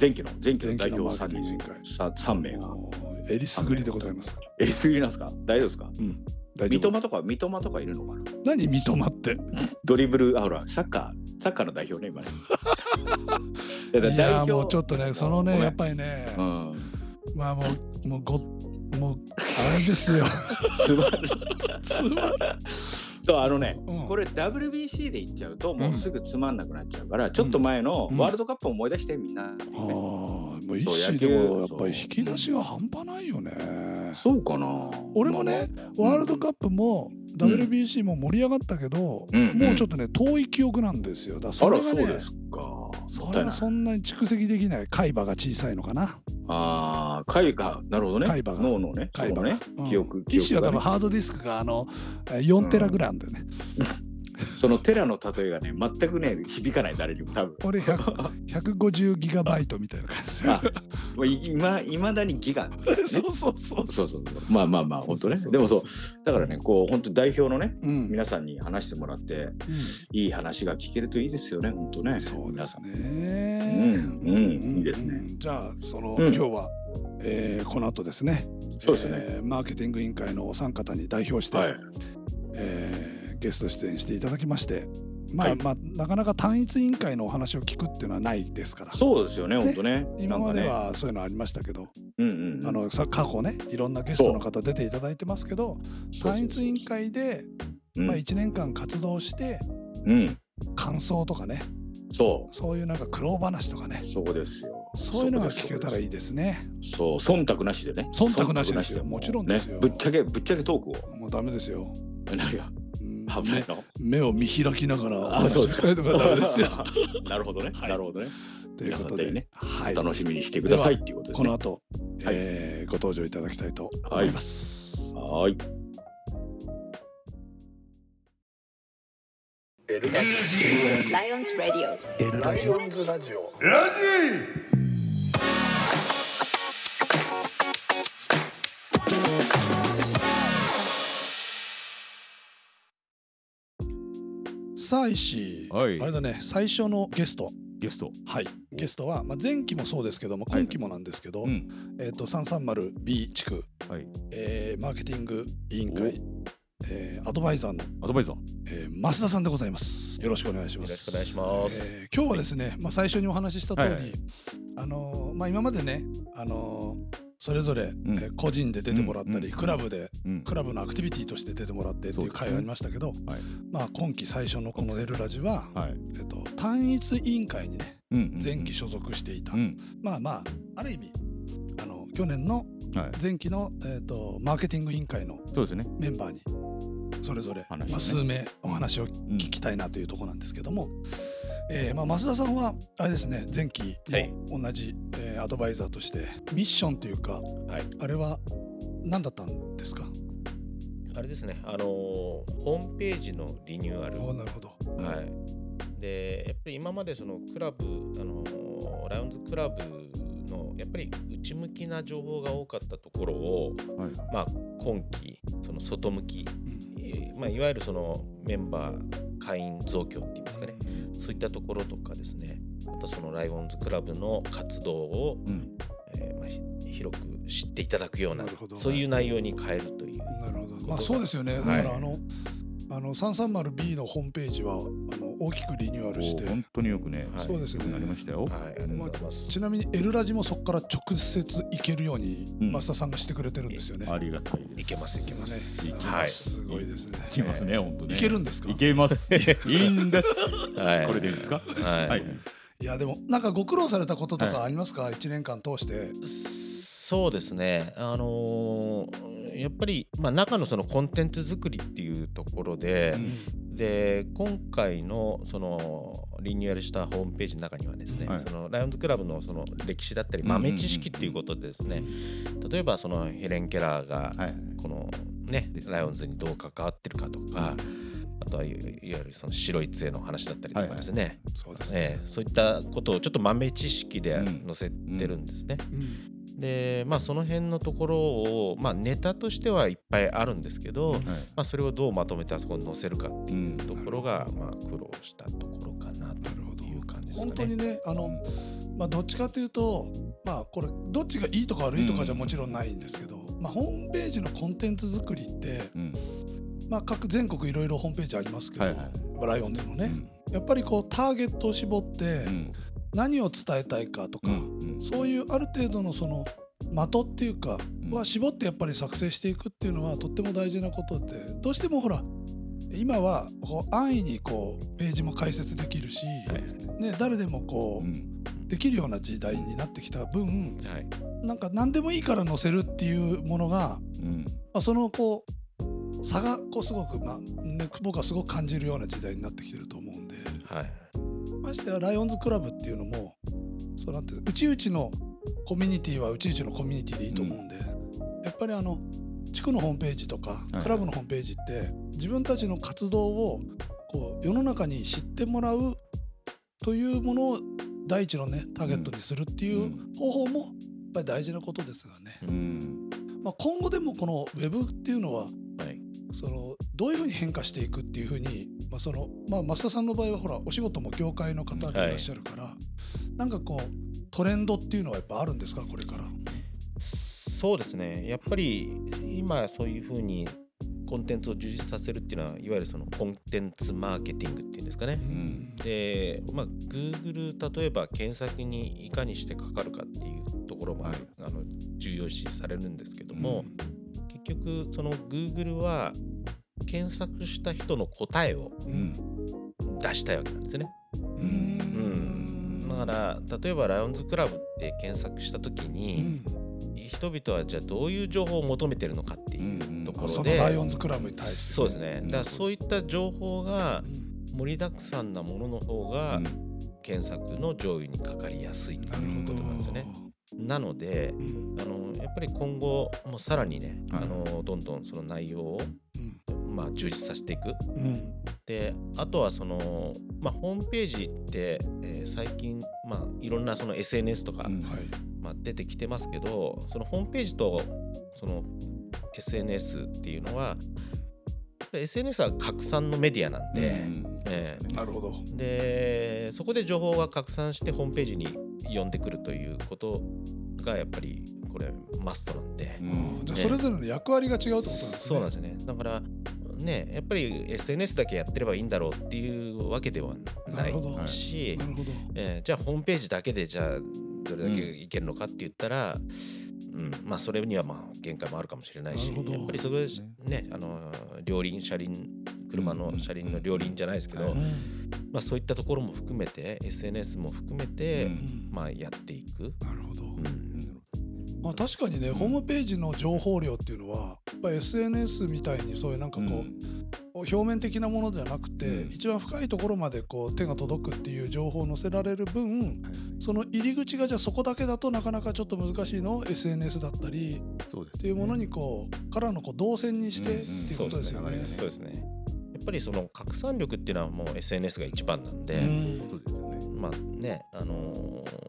[SPEAKER 2] 前期の前期の
[SPEAKER 1] 前期
[SPEAKER 2] 代
[SPEAKER 1] のマ
[SPEAKER 2] 表
[SPEAKER 1] ー
[SPEAKER 2] 3
[SPEAKER 1] ケティング委員
[SPEAKER 2] 人
[SPEAKER 1] 会
[SPEAKER 2] さ三名が
[SPEAKER 1] もうえりすぐりでございます。
[SPEAKER 2] えすぎなんですか大丈夫ですか
[SPEAKER 1] うん、大
[SPEAKER 2] 三
[SPEAKER 1] 丈夫
[SPEAKER 2] 笘とか三笘とかいるのかな
[SPEAKER 1] 何三笘って
[SPEAKER 2] ドリブル、あ、ほら、サッカー、サッカーの代表 ね、今ね。いやだ
[SPEAKER 1] い
[SPEAKER 2] 代
[SPEAKER 1] や
[SPEAKER 2] 表
[SPEAKER 1] もうちょっとねその
[SPEAKER 2] ご
[SPEAKER 1] ね
[SPEAKER 2] めん
[SPEAKER 1] やっぱりね、
[SPEAKER 2] うん、
[SPEAKER 1] まあもう、もうご、もう、あれですよ。
[SPEAKER 2] つまる。
[SPEAKER 1] つまら
[SPEAKER 2] そう、あのね、
[SPEAKER 1] うん
[SPEAKER 2] これ WBC で行っちゃうと、
[SPEAKER 1] う
[SPEAKER 2] も
[SPEAKER 1] ん
[SPEAKER 2] うすぐつまんなくなっちゃうから、ちょっと前の
[SPEAKER 1] うん
[SPEAKER 2] ワールドカップを思い出して、みんなっていうね、
[SPEAKER 1] もう一
[SPEAKER 2] そう
[SPEAKER 1] 種
[SPEAKER 2] 野
[SPEAKER 1] で
[SPEAKER 2] 球
[SPEAKER 1] もやっぱり
[SPEAKER 2] そう
[SPEAKER 1] 引き出しが半端ないよね。
[SPEAKER 2] そうかな。
[SPEAKER 1] 俺もね、ワールドカップも WBC も盛り上がったけど、
[SPEAKER 2] うんうん
[SPEAKER 1] もうちょっとね遠い記憶なんですよ。だ
[SPEAKER 2] ま
[SPEAKER 1] か
[SPEAKER 2] あまあ、
[SPEAKER 1] ら
[SPEAKER 2] あら、
[SPEAKER 1] そ
[SPEAKER 2] そ
[SPEAKER 1] れ
[SPEAKER 2] う
[SPEAKER 1] がね
[SPEAKER 2] です、か。も
[SPEAKER 1] そ
[SPEAKER 2] っ
[SPEAKER 1] れ
[SPEAKER 2] たいな
[SPEAKER 1] が
[SPEAKER 2] い。
[SPEAKER 1] そんなに蓄積できない海馬が小さいのかな。
[SPEAKER 2] ああ、海馬、なるほどね。
[SPEAKER 1] 海馬が
[SPEAKER 2] 脳のね、
[SPEAKER 1] 海馬
[SPEAKER 2] そう
[SPEAKER 1] が
[SPEAKER 2] ね、
[SPEAKER 1] うん
[SPEAKER 2] 記憶、記
[SPEAKER 1] 一種
[SPEAKER 2] 憶
[SPEAKER 1] は多
[SPEAKER 2] が
[SPEAKER 1] 分
[SPEAKER 2] ね、
[SPEAKER 1] ハードディスクがあのえー4テラぐらいあるんだよね。
[SPEAKER 2] そのテラの例えがね、全くね、響かない、誰にも、 多分。
[SPEAKER 1] 俺100 150ギガバイトみたいな感
[SPEAKER 2] あもうい今いまだにギガっていうね、
[SPEAKER 1] じ。 そうそうそう。
[SPEAKER 2] そうそうそうまあまあまあ本当ね
[SPEAKER 1] そう
[SPEAKER 2] で
[SPEAKER 1] そう
[SPEAKER 2] も
[SPEAKER 1] そ
[SPEAKER 2] そううだからねこう本当代表のね
[SPEAKER 1] うん。
[SPEAKER 2] 皆さんに話してもらって
[SPEAKER 1] うん
[SPEAKER 2] いい話が聞けるといいですよね本当ね
[SPEAKER 1] そうですね。
[SPEAKER 2] うんうんいいですね
[SPEAKER 1] うんじゃあその、
[SPEAKER 2] うん
[SPEAKER 1] 今日は、えーこの後ですね。
[SPEAKER 2] そうですね
[SPEAKER 1] えーマーケティング委員会のお三方に代表して、
[SPEAKER 2] はい
[SPEAKER 1] えーゲスト出演していただきまして、まあ、
[SPEAKER 2] はい
[SPEAKER 1] まあなかなか単一委員会のお話を聞くっていうのはないですから。
[SPEAKER 2] そうですよね本当ねな
[SPEAKER 1] 今
[SPEAKER 2] ん
[SPEAKER 1] ま
[SPEAKER 2] か
[SPEAKER 1] で
[SPEAKER 2] ね
[SPEAKER 1] はそういうのありましたけど、
[SPEAKER 2] うんうんうん
[SPEAKER 1] あのさ過去ねいろんなゲストの方出ていただいてますけど
[SPEAKER 2] そうそうそう
[SPEAKER 1] 単一委員会で、
[SPEAKER 2] うん
[SPEAKER 1] まあ、1年間活動して
[SPEAKER 2] うん
[SPEAKER 1] 感想とかね
[SPEAKER 2] そ
[SPEAKER 1] そういうなんか苦労話とかね
[SPEAKER 2] うそこですよ
[SPEAKER 1] そういうのが聞けたらい
[SPEAKER 2] い
[SPEAKER 1] いですね。
[SPEAKER 2] そう忖度なしでね
[SPEAKER 1] 忖度なしですよもちろんですよ
[SPEAKER 2] ねぶっちゃけぶっちゃけトークを
[SPEAKER 1] もうダメですよ。
[SPEAKER 2] 何が
[SPEAKER 1] うん
[SPEAKER 2] 危ないの
[SPEAKER 1] 目目を見開きながらお
[SPEAKER 2] あそ
[SPEAKER 1] 話
[SPEAKER 2] う
[SPEAKER 1] し
[SPEAKER 2] です
[SPEAKER 1] した
[SPEAKER 2] か
[SPEAKER 1] いとかダメですよ。
[SPEAKER 2] なるほどね
[SPEAKER 1] はい
[SPEAKER 2] なるほどね
[SPEAKER 1] ということ
[SPEAKER 2] 皆さんぜ
[SPEAKER 1] で、
[SPEAKER 2] ひね
[SPEAKER 1] は
[SPEAKER 2] お
[SPEAKER 1] い、
[SPEAKER 2] 楽しみにしてくださいっていうことです
[SPEAKER 1] この
[SPEAKER 2] ね
[SPEAKER 1] 後、
[SPEAKER 2] はい
[SPEAKER 1] えーご登場いただきたいと思います。
[SPEAKER 2] はーい
[SPEAKER 3] ライオンズ・ラディオ
[SPEAKER 1] ラジオさあ石井、
[SPEAKER 4] はい
[SPEAKER 1] あれだね最初のゲスト
[SPEAKER 4] ゲスト。
[SPEAKER 1] はいゲストは、まあ、前期もそうですけども
[SPEAKER 4] はい
[SPEAKER 1] 今期もなんですけど、
[SPEAKER 4] うん。
[SPEAKER 1] えっ、と 330B 地区、
[SPEAKER 4] はい。
[SPEAKER 1] えーマーケティング委員会、えーアドバイザーの、
[SPEAKER 4] アドバイザー。よ
[SPEAKER 1] えー増田さんでございますよろしくお願いしま
[SPEAKER 4] ろ
[SPEAKER 1] す
[SPEAKER 4] しくお願いします。
[SPEAKER 1] えー今日はですね、まあ、最初にお話しした通り、
[SPEAKER 4] はいはい
[SPEAKER 1] あのーまあ、今までね、あのーそれぞれ、
[SPEAKER 4] ん
[SPEAKER 1] えー個人で出てもらったり、
[SPEAKER 4] うんうん
[SPEAKER 1] クラブで
[SPEAKER 4] うん
[SPEAKER 1] クラブのアクティビティとして出てもらってっていう回がありましたけど、
[SPEAKER 4] はい
[SPEAKER 1] まあ、今期最初のこの「エルラジは」
[SPEAKER 4] はい。
[SPEAKER 1] えっと、単一委員会にね
[SPEAKER 4] うんうんうん
[SPEAKER 1] 前期所属していた、
[SPEAKER 4] うん。
[SPEAKER 1] まあまあある意味あの去年の
[SPEAKER 4] はい。
[SPEAKER 1] 前期の、えっとマーケティング委員会の
[SPEAKER 4] そうですね。
[SPEAKER 1] メンバーにそれぞれ、
[SPEAKER 4] 話をね
[SPEAKER 1] まあ、数名お話を
[SPEAKER 4] うん
[SPEAKER 1] 聞きたいなというところなんですけども、えーまあ、増田さんはあれですね前期
[SPEAKER 4] はい
[SPEAKER 1] も同じ、えーアドバイザーとしてミッションというか、
[SPEAKER 5] はい
[SPEAKER 1] あれは何だったんですか
[SPEAKER 5] あれですね、あのーホームページのリニューアル、
[SPEAKER 1] おなるほど。
[SPEAKER 5] はい、でやっぱり今までそのクラブ、あのーラウンズクラブのやっぱり内向きな情報が多かったところを、
[SPEAKER 4] はい。
[SPEAKER 5] まあ、今期その外向き、
[SPEAKER 1] うん
[SPEAKER 5] えーまあ、いわゆるそのメンバー会員増強っていうんですかね、そういったところとかですね、あとそのライオンズクラブの活動を、
[SPEAKER 4] うん。
[SPEAKER 5] えーまあ、ひ広く知っていただくような
[SPEAKER 1] なるほど
[SPEAKER 5] そういう内容に変えるという
[SPEAKER 1] なるほど、
[SPEAKER 5] こと
[SPEAKER 1] まあ、そうですよね、
[SPEAKER 5] はい
[SPEAKER 1] だからあのあの 330B のホームページはあの大きくリニューアルして
[SPEAKER 4] お本当によくね、
[SPEAKER 5] はい
[SPEAKER 1] そうですよ
[SPEAKER 4] 良くなりま
[SPEAKER 1] ね
[SPEAKER 4] したよ。
[SPEAKER 5] はい、ありがとうございます。
[SPEAKER 1] ちなみに「エルラジ」もそこから直接行けるように
[SPEAKER 4] うん
[SPEAKER 1] 増田さんがしてくれてるんですよね、
[SPEAKER 4] ありがたいです。
[SPEAKER 5] いけます、いけます。
[SPEAKER 1] ね
[SPEAKER 4] いけ
[SPEAKER 5] はい。
[SPEAKER 1] すごいですね
[SPEAKER 4] いけますね、本当ね。
[SPEAKER 1] 行けるんですか
[SPEAKER 4] いけます。いいんです。
[SPEAKER 5] はい
[SPEAKER 4] これでいいんですか。
[SPEAKER 5] はい
[SPEAKER 1] いやでもなんかご苦労されたことと
[SPEAKER 4] は
[SPEAKER 1] かありますか、一年間通して
[SPEAKER 5] そうですね、あのーやっぱり、まあ、中のそのコンテンツ作りっていうところで,、で今回のそのリニューアルしたホームページの中にはですね、
[SPEAKER 4] はい
[SPEAKER 5] そのライオンズクラブのその歴史だったり豆知識っていうことでですね、例えばそのヘレン・ケラーが
[SPEAKER 4] はい。
[SPEAKER 5] このね
[SPEAKER 4] ですね
[SPEAKER 5] ライオンズにどう関わってるかとか、あとはいわゆるその白い杖の話だったりとかですね、
[SPEAKER 1] そうですね、
[SPEAKER 5] ええそういったことをちょっと豆知識で載せてるんですね。
[SPEAKER 1] うん
[SPEAKER 5] でまあその辺のところを、まあ、ネタとしてはいっぱいあるんですけど、
[SPEAKER 1] うん
[SPEAKER 5] まあ、それをどうまとめてあそこに載せるかって
[SPEAKER 4] う
[SPEAKER 5] い
[SPEAKER 4] ん
[SPEAKER 5] うところが、まあ、苦労したところか
[SPEAKER 1] な
[SPEAKER 5] な
[SPEAKER 1] るほど
[SPEAKER 5] という感じですかね。
[SPEAKER 1] 本当にねあ
[SPEAKER 4] う
[SPEAKER 1] の、
[SPEAKER 4] ん
[SPEAKER 1] まあ、どっちかというとまあこれどっちがいいとか悪いとかじゃもちろんないんですけど、まあ、ホームページのコンテンツ作りって、
[SPEAKER 4] うん。
[SPEAKER 1] まあ、各全国いろいろホームページありますけど、
[SPEAKER 4] はいはい
[SPEAKER 1] ライオンズのね、やっぱりこうターゲットを絞って
[SPEAKER 4] うん。
[SPEAKER 1] 何を伝えたいかとか、
[SPEAKER 4] うん。
[SPEAKER 1] そういうある程度のその的っていうか
[SPEAKER 4] うん
[SPEAKER 1] は絞ってやっぱり作成していくっていうのはとっても大事なことでどうしてもほら今はこう安易にこうページも解説できるし、ね、誰でもこ
[SPEAKER 4] うん。
[SPEAKER 1] うできるような時代になってきた分
[SPEAKER 5] はい、
[SPEAKER 1] なんか何でもいいから載せるっていうものが、
[SPEAKER 4] うん。
[SPEAKER 1] まあ、そのこう差がこうすごく、まあね、僕はすごく感じるような時代になってきてると思うんで。
[SPEAKER 5] はい
[SPEAKER 1] ましてやライオンズクラブっていうのもそうなんていううちうちのコミュニティはうちうちのコミュニティでいいと思うんで、やっぱりあの地区のホームページとか
[SPEAKER 4] はい
[SPEAKER 1] クラブのホームページって自分たちの活動をこう世の中に知ってもらうというものを第一のねターゲットにするっていう
[SPEAKER 4] うん
[SPEAKER 1] 方法もやっぱり大事なことですがね、
[SPEAKER 4] うん。
[SPEAKER 1] まあ、今後でもこのウェブっていうのは
[SPEAKER 5] はい
[SPEAKER 1] そのどういうふうに変化していくっていうふうに、まあそのまあ、増田さんの場合はほらお仕事も業界の方でいらっしゃるから、なんかこうトレンドっていうのはやっぱあるんですかこれから。
[SPEAKER 5] そうですねやっぱり今そういうふうにコンテンツを充実させるっていうのはいわゆるそのコンテンツマーケティングっていうんですかね。
[SPEAKER 1] うん
[SPEAKER 5] で、まあ、Google 例えば検索にいかにしてかかるかっていうところも、
[SPEAKER 4] はい
[SPEAKER 5] あの重要視されるんですけども、結局その Google は検索した人の答えを
[SPEAKER 4] うん。
[SPEAKER 5] 出したいわけなんですね。
[SPEAKER 1] う
[SPEAKER 5] うんだから例えば「ライオンズクラブ」って検索した時
[SPEAKER 1] う
[SPEAKER 5] に、
[SPEAKER 1] ん
[SPEAKER 5] 人々はじゃあどういう情報を求めてるのかっていううんとこ
[SPEAKER 1] あ
[SPEAKER 5] ろ
[SPEAKER 1] その
[SPEAKER 5] で、
[SPEAKER 1] ライオンズクラブに対して。
[SPEAKER 5] そうですねだからそういった情報が
[SPEAKER 1] うん
[SPEAKER 5] 盛りだくさんなものの方が、検索の上位にかかりやすいと
[SPEAKER 1] な
[SPEAKER 5] いうこと
[SPEAKER 1] る
[SPEAKER 5] なんです
[SPEAKER 1] ほ
[SPEAKER 5] よ
[SPEAKER 1] ど。
[SPEAKER 5] ね。なので
[SPEAKER 1] うん
[SPEAKER 5] あのやっぱり今後もうさらにね、
[SPEAKER 4] はい
[SPEAKER 5] あのどんどんその内容を、
[SPEAKER 1] うん
[SPEAKER 5] まあ、充実させていく。
[SPEAKER 1] うん
[SPEAKER 5] であとはその、まあ、ホームページって、えー最近、まあ、いろんなその SNS とか、
[SPEAKER 4] うん
[SPEAKER 1] はい
[SPEAKER 5] まあ、出てきてますけどそのホームページとその SNS っていうのはやっぱり SNS は拡散のメディアなんで。ええ
[SPEAKER 1] なるほど。
[SPEAKER 5] でそこで情報が拡散してホームページに呼んでくるということがやっぱりこれマストなんで、
[SPEAKER 1] うんじゃあ
[SPEAKER 5] ね
[SPEAKER 1] それぞれの役割が違うってことなんですね。
[SPEAKER 5] そうなんですよねだからねやっぱり SNS だけやってればいいんだろうっていうわけでは
[SPEAKER 1] な
[SPEAKER 5] な
[SPEAKER 1] るほど
[SPEAKER 5] いし、
[SPEAKER 1] なるほど。
[SPEAKER 5] えーじゃあホームページだけでじゃあどれだけいけるのかって言ったら、うんまあ、それにはまあ限界もあるかもしれないし
[SPEAKER 1] なるほど
[SPEAKER 5] やっぱりそれ
[SPEAKER 4] そう
[SPEAKER 5] ねあの両輪車輪車の車輪の両輪じゃないですけ
[SPEAKER 4] う
[SPEAKER 5] ど、
[SPEAKER 4] ん
[SPEAKER 1] うん
[SPEAKER 5] まあ、そういったところも含めて SNS も含めて、
[SPEAKER 4] うん
[SPEAKER 5] まあ、やっていく。
[SPEAKER 1] なるほど。
[SPEAKER 5] うん
[SPEAKER 1] まあ、確かにね、
[SPEAKER 4] ん
[SPEAKER 1] ホームページの情報量っていうのはやっぱり SNS みたいにそういうなんかこう、表面的なものじゃなくて、
[SPEAKER 4] うん
[SPEAKER 1] 一番深いところまでこう手が届くっていう情報を載せられる分その入り口がじゃあそこだけだとなかなかちょっと難しいのを SNS だったり
[SPEAKER 4] そうです。
[SPEAKER 1] っていうものにこうからのこう動線にして
[SPEAKER 4] う
[SPEAKER 1] っ
[SPEAKER 4] ん
[SPEAKER 1] ていうことですよ
[SPEAKER 5] そう
[SPEAKER 1] ね
[SPEAKER 5] ですね。そうですねやっぱりその拡散力っていうのはもう SNS が一番なん
[SPEAKER 1] う
[SPEAKER 5] で、
[SPEAKER 1] ん
[SPEAKER 4] そうですよね。
[SPEAKER 5] まあねあのー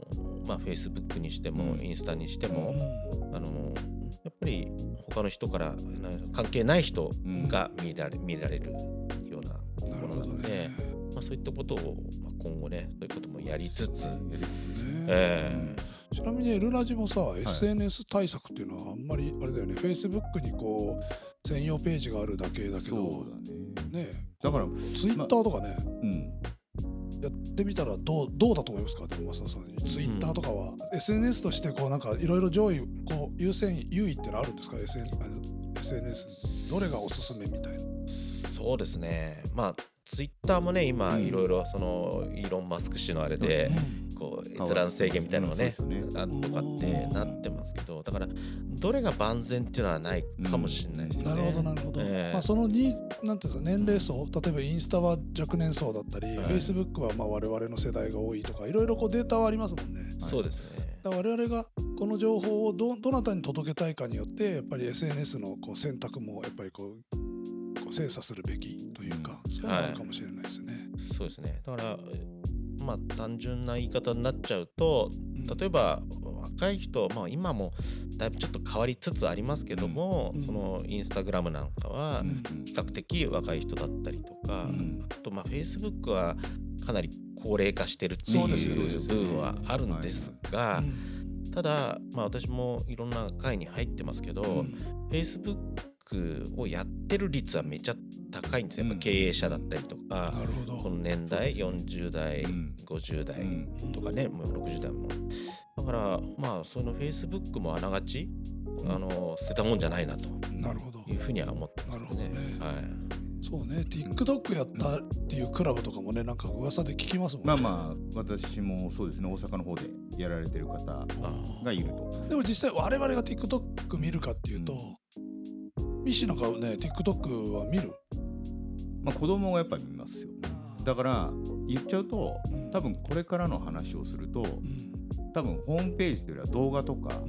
[SPEAKER 5] まあ Facebook にして
[SPEAKER 4] う
[SPEAKER 5] も
[SPEAKER 4] ん
[SPEAKER 5] インスタにして
[SPEAKER 1] う
[SPEAKER 5] も、
[SPEAKER 1] ん
[SPEAKER 5] あのーやっぱり他の人からな関係ない人
[SPEAKER 4] うん
[SPEAKER 5] が見られ見られるような
[SPEAKER 1] なる
[SPEAKER 5] もの
[SPEAKER 1] ほ
[SPEAKER 5] な
[SPEAKER 1] ど
[SPEAKER 5] ので、
[SPEAKER 1] ね。
[SPEAKER 5] まあ、そういったことをまあ今後ねそういうこともやりつつ、
[SPEAKER 1] ね
[SPEAKER 5] え
[SPEAKER 1] ちなみに「エルラジ」もさ、SNS 対策っていうのはあんまりあれだよね Facebook にこう専用ページがあるだけだけ
[SPEAKER 2] そ
[SPEAKER 1] ど
[SPEAKER 2] うだね。
[SPEAKER 1] ね
[SPEAKER 2] だから、
[SPEAKER 1] Twitter とかね、
[SPEAKER 2] うん。
[SPEAKER 1] やってみたらどうどうだと思いますかでも増田さんに Twitter とかは、SNS としてこうなんかいろいろ上位こう優先優位ってのあるんですか SN あの SNS どれがおすすめみたいな。
[SPEAKER 5] そうですねまあツイッターもね今
[SPEAKER 2] うん
[SPEAKER 5] いろいろそのイーロン・マスク氏のあれで、こう閲覧制限みたいなのがね
[SPEAKER 2] うんそうですよね
[SPEAKER 5] なんとかってなってますけどだからどれが万全っていうのはないかもしれないですよ
[SPEAKER 1] なる
[SPEAKER 5] ね。
[SPEAKER 1] ほどなるほど、
[SPEAKER 5] ええ
[SPEAKER 1] まあ、そのになんていうんですか年齢層例えばインスタは若年層だったり、
[SPEAKER 2] はい
[SPEAKER 1] Facebook はまあ我々の世代が多いとかいろいろこうデータはありますもんね。
[SPEAKER 5] そうですね
[SPEAKER 1] だから我々がこの情報をどどなたに届けたいかによってやっぱり SNS のこう選択もやっぱりこうこう精査するべきというか、そういうのがあるかもしれないですね。
[SPEAKER 5] そうですねだからまあ単純な言い方になっちゃうと例えば若い人、まあ、今もだいぶちょっと変わりつつありますけども、
[SPEAKER 1] うん
[SPEAKER 5] そのインスタグラムなんかは
[SPEAKER 1] うん
[SPEAKER 5] 比較的若い人だったりと
[SPEAKER 1] う
[SPEAKER 5] か、
[SPEAKER 1] ん
[SPEAKER 5] あとまあ Facebook はかなり高齢化してるって
[SPEAKER 1] そうですよね
[SPEAKER 5] いう部分はあるんですがただまあ私もいろんな会に入ってますけど、
[SPEAKER 1] うん
[SPEAKER 5] Facebook をやってる率はめちゃ高いんですよや
[SPEAKER 2] う
[SPEAKER 5] っぱ
[SPEAKER 2] ん
[SPEAKER 5] 経営者だったりとか、
[SPEAKER 1] なるほど。
[SPEAKER 5] この年代40代、
[SPEAKER 2] うん
[SPEAKER 5] 50代、
[SPEAKER 2] うん
[SPEAKER 5] とかねもう60代もだからまあそのフェイスブックもあながちあの捨てたもんじゃないなと
[SPEAKER 1] なるほど
[SPEAKER 5] いうふうには思ってますけど
[SPEAKER 1] な
[SPEAKER 5] ね
[SPEAKER 1] るほどね
[SPEAKER 5] はい
[SPEAKER 1] そうね TikTok やったっていうクラブとかもねなんか噂で聞きますもんね。
[SPEAKER 2] まあまあ、私もそうですね、大阪の方でやられてる方がいると。
[SPEAKER 1] でも実際我々が TikTok 見るかっていうと、ミシなんかね TikTok は見る
[SPEAKER 2] まあ、子供がやっぱり見ますよ。だから、言っちゃうと、多分これからの話をすると、
[SPEAKER 1] うん
[SPEAKER 2] 多分ホームページというよりは動画とか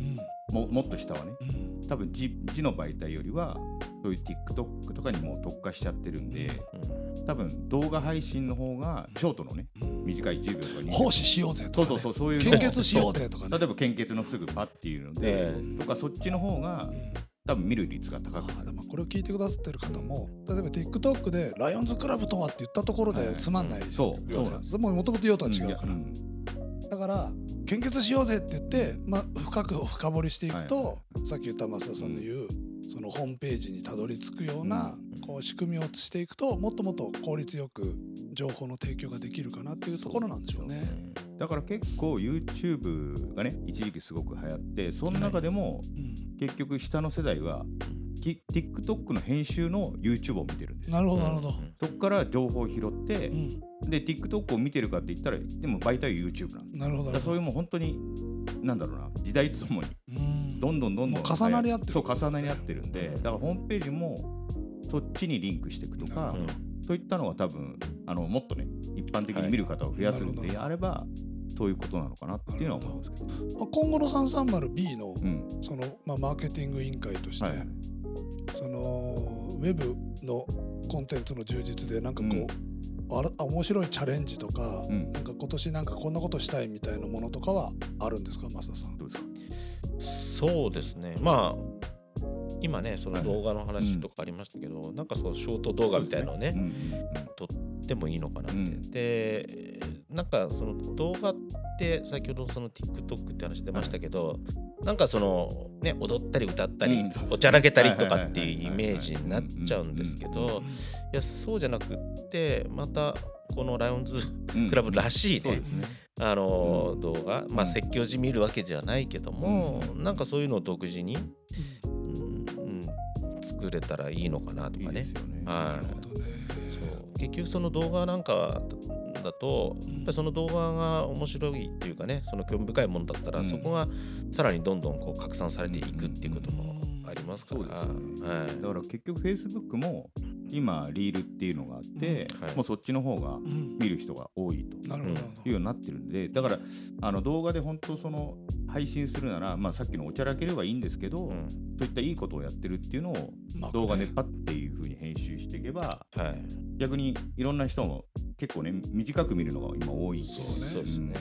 [SPEAKER 1] う、ん
[SPEAKER 2] ももっと下はね、
[SPEAKER 1] うん
[SPEAKER 2] 多分字字の媒体よりは、そういう TikTok とかにもう特化しちゃってるんで、
[SPEAKER 5] うん
[SPEAKER 2] 多分動画配信の方が、ショートのね、
[SPEAKER 1] うん
[SPEAKER 2] 短い10秒とかに。
[SPEAKER 1] 奉仕しようぜ
[SPEAKER 2] そ
[SPEAKER 1] と
[SPEAKER 2] う
[SPEAKER 1] か、ね、
[SPEAKER 2] そうそう、そういうの
[SPEAKER 1] 献血しようぜとかね
[SPEAKER 2] 例えば献血のすぐパッっていうので、
[SPEAKER 5] え
[SPEAKER 2] とかそっちの方が
[SPEAKER 1] うん
[SPEAKER 2] 多分見る率が高
[SPEAKER 1] あ
[SPEAKER 2] く
[SPEAKER 1] ー
[SPEAKER 2] な
[SPEAKER 1] で
[SPEAKER 2] る。
[SPEAKER 1] もこれを聞いてくださってる方も例えば TikTok で「ライオンズクラブとは?」って言ったところ
[SPEAKER 2] は
[SPEAKER 1] で
[SPEAKER 2] い
[SPEAKER 1] つまんない、
[SPEAKER 2] そうそうなんです
[SPEAKER 1] そももともと用途は違
[SPEAKER 2] ん
[SPEAKER 1] うか
[SPEAKER 2] いや
[SPEAKER 1] ら、
[SPEAKER 2] ん
[SPEAKER 1] だから献血しようぜって言って、まあ、深く深掘りしていくと、
[SPEAKER 2] は
[SPEAKER 1] さっき言った増田さんの言う、そのホームページにたどり着くような、こう仕組みをしていくともっともっと効率よく情報の提供ができるかなっていうところなんでしょうね。
[SPEAKER 2] だから結構 YouTube がね一時期すごく流行ってその中でも
[SPEAKER 1] うん
[SPEAKER 2] 結局下の世代は、き TikTok の編集の YouTube を見てるんですよ。
[SPEAKER 1] なるほどなるほど。
[SPEAKER 2] そこから情報を拾って、
[SPEAKER 1] うん
[SPEAKER 2] で TikTok を見てるかって言ったらでも媒体は YouTube なんです。
[SPEAKER 1] なるほどなる
[SPEAKER 2] だから
[SPEAKER 1] ほ
[SPEAKER 2] そうい
[SPEAKER 1] ど。
[SPEAKER 2] うもう本当になんだろうな時代とともに
[SPEAKER 1] うん
[SPEAKER 2] どんどんどんどん
[SPEAKER 1] もう重なり合ってる
[SPEAKER 2] そう重なり合ってるんでだからホームページもそっちにリンクしていくとか、
[SPEAKER 5] うん
[SPEAKER 2] そういったのは多分あのもっとね一般的に見る方を増やすんであれば、そういうことなのかなっていうのは思いますけど、
[SPEAKER 1] まあ今後の 330B の
[SPEAKER 2] うん
[SPEAKER 1] その、まあ、マーケティング委員会として、
[SPEAKER 2] はいはい
[SPEAKER 1] そのウェブのコンテンツの充実でなんかこう、
[SPEAKER 2] うん
[SPEAKER 1] あらあ面白いチャレンジとか、
[SPEAKER 2] うん
[SPEAKER 1] なんか今年なんかこんなことしたいみたいなものとかはあるんですか増田さん。
[SPEAKER 2] どうですか
[SPEAKER 5] そうですねまあ今ねその動画の話とかありましたけど、なんかそのショート動画みたいなのをね
[SPEAKER 2] うん
[SPEAKER 5] でもいいのかなって、
[SPEAKER 2] うん
[SPEAKER 5] でえーなんかその動画って先ほどその TikTok って話出ましたけど、なんかそのね踊ったり歌ったり、
[SPEAKER 2] うん
[SPEAKER 5] おちゃらけたりとか
[SPEAKER 2] はいはいはいはい
[SPEAKER 5] っていうイメージになっちゃうんですけどいやそうじゃなくってまたこのライオンズ
[SPEAKER 2] うんうん
[SPEAKER 5] クラブらしい
[SPEAKER 2] そう
[SPEAKER 5] ね
[SPEAKER 2] ですね
[SPEAKER 5] あのー
[SPEAKER 2] うん
[SPEAKER 5] 動画まあ
[SPEAKER 2] うん
[SPEAKER 5] 説教じ見るわけじゃないけども、
[SPEAKER 2] うん
[SPEAKER 5] なんかそういうのを独自に、うんうん作れたらいいのかなと
[SPEAKER 2] い
[SPEAKER 5] か
[SPEAKER 2] い
[SPEAKER 5] ね
[SPEAKER 2] ですよね
[SPEAKER 5] は
[SPEAKER 1] なる
[SPEAKER 5] い
[SPEAKER 1] ほどね。
[SPEAKER 5] そう結局その動画なんかだと
[SPEAKER 1] うん
[SPEAKER 5] やっぱりその動画が面白いっていうかねその興味深いものだったら、
[SPEAKER 2] うん
[SPEAKER 5] そこがさらにどんどんこう拡散されていくっていうこともありますか
[SPEAKER 2] そうです
[SPEAKER 5] ら、
[SPEAKER 2] ね、
[SPEAKER 5] はい
[SPEAKER 2] だから結局 Facebook も今リールっていうのがあって、
[SPEAKER 5] うんはい
[SPEAKER 2] もうそっちの方が
[SPEAKER 1] うん
[SPEAKER 2] 見る人が多いと
[SPEAKER 1] なるほどなるほ
[SPEAKER 2] いうようになってるんでだからあの動画で本当その配信するなら、まあ、さっきのおちゃらければいいんですけど、
[SPEAKER 5] うん
[SPEAKER 2] そういったいいことをやってるっていうのを
[SPEAKER 1] どまあ
[SPEAKER 2] 動画でパッていう風に編集していけば
[SPEAKER 5] はい
[SPEAKER 2] 逆にいろんな人も結構ね短く見るのが今多いんで
[SPEAKER 1] そ
[SPEAKER 5] そう
[SPEAKER 1] ね
[SPEAKER 5] うですね、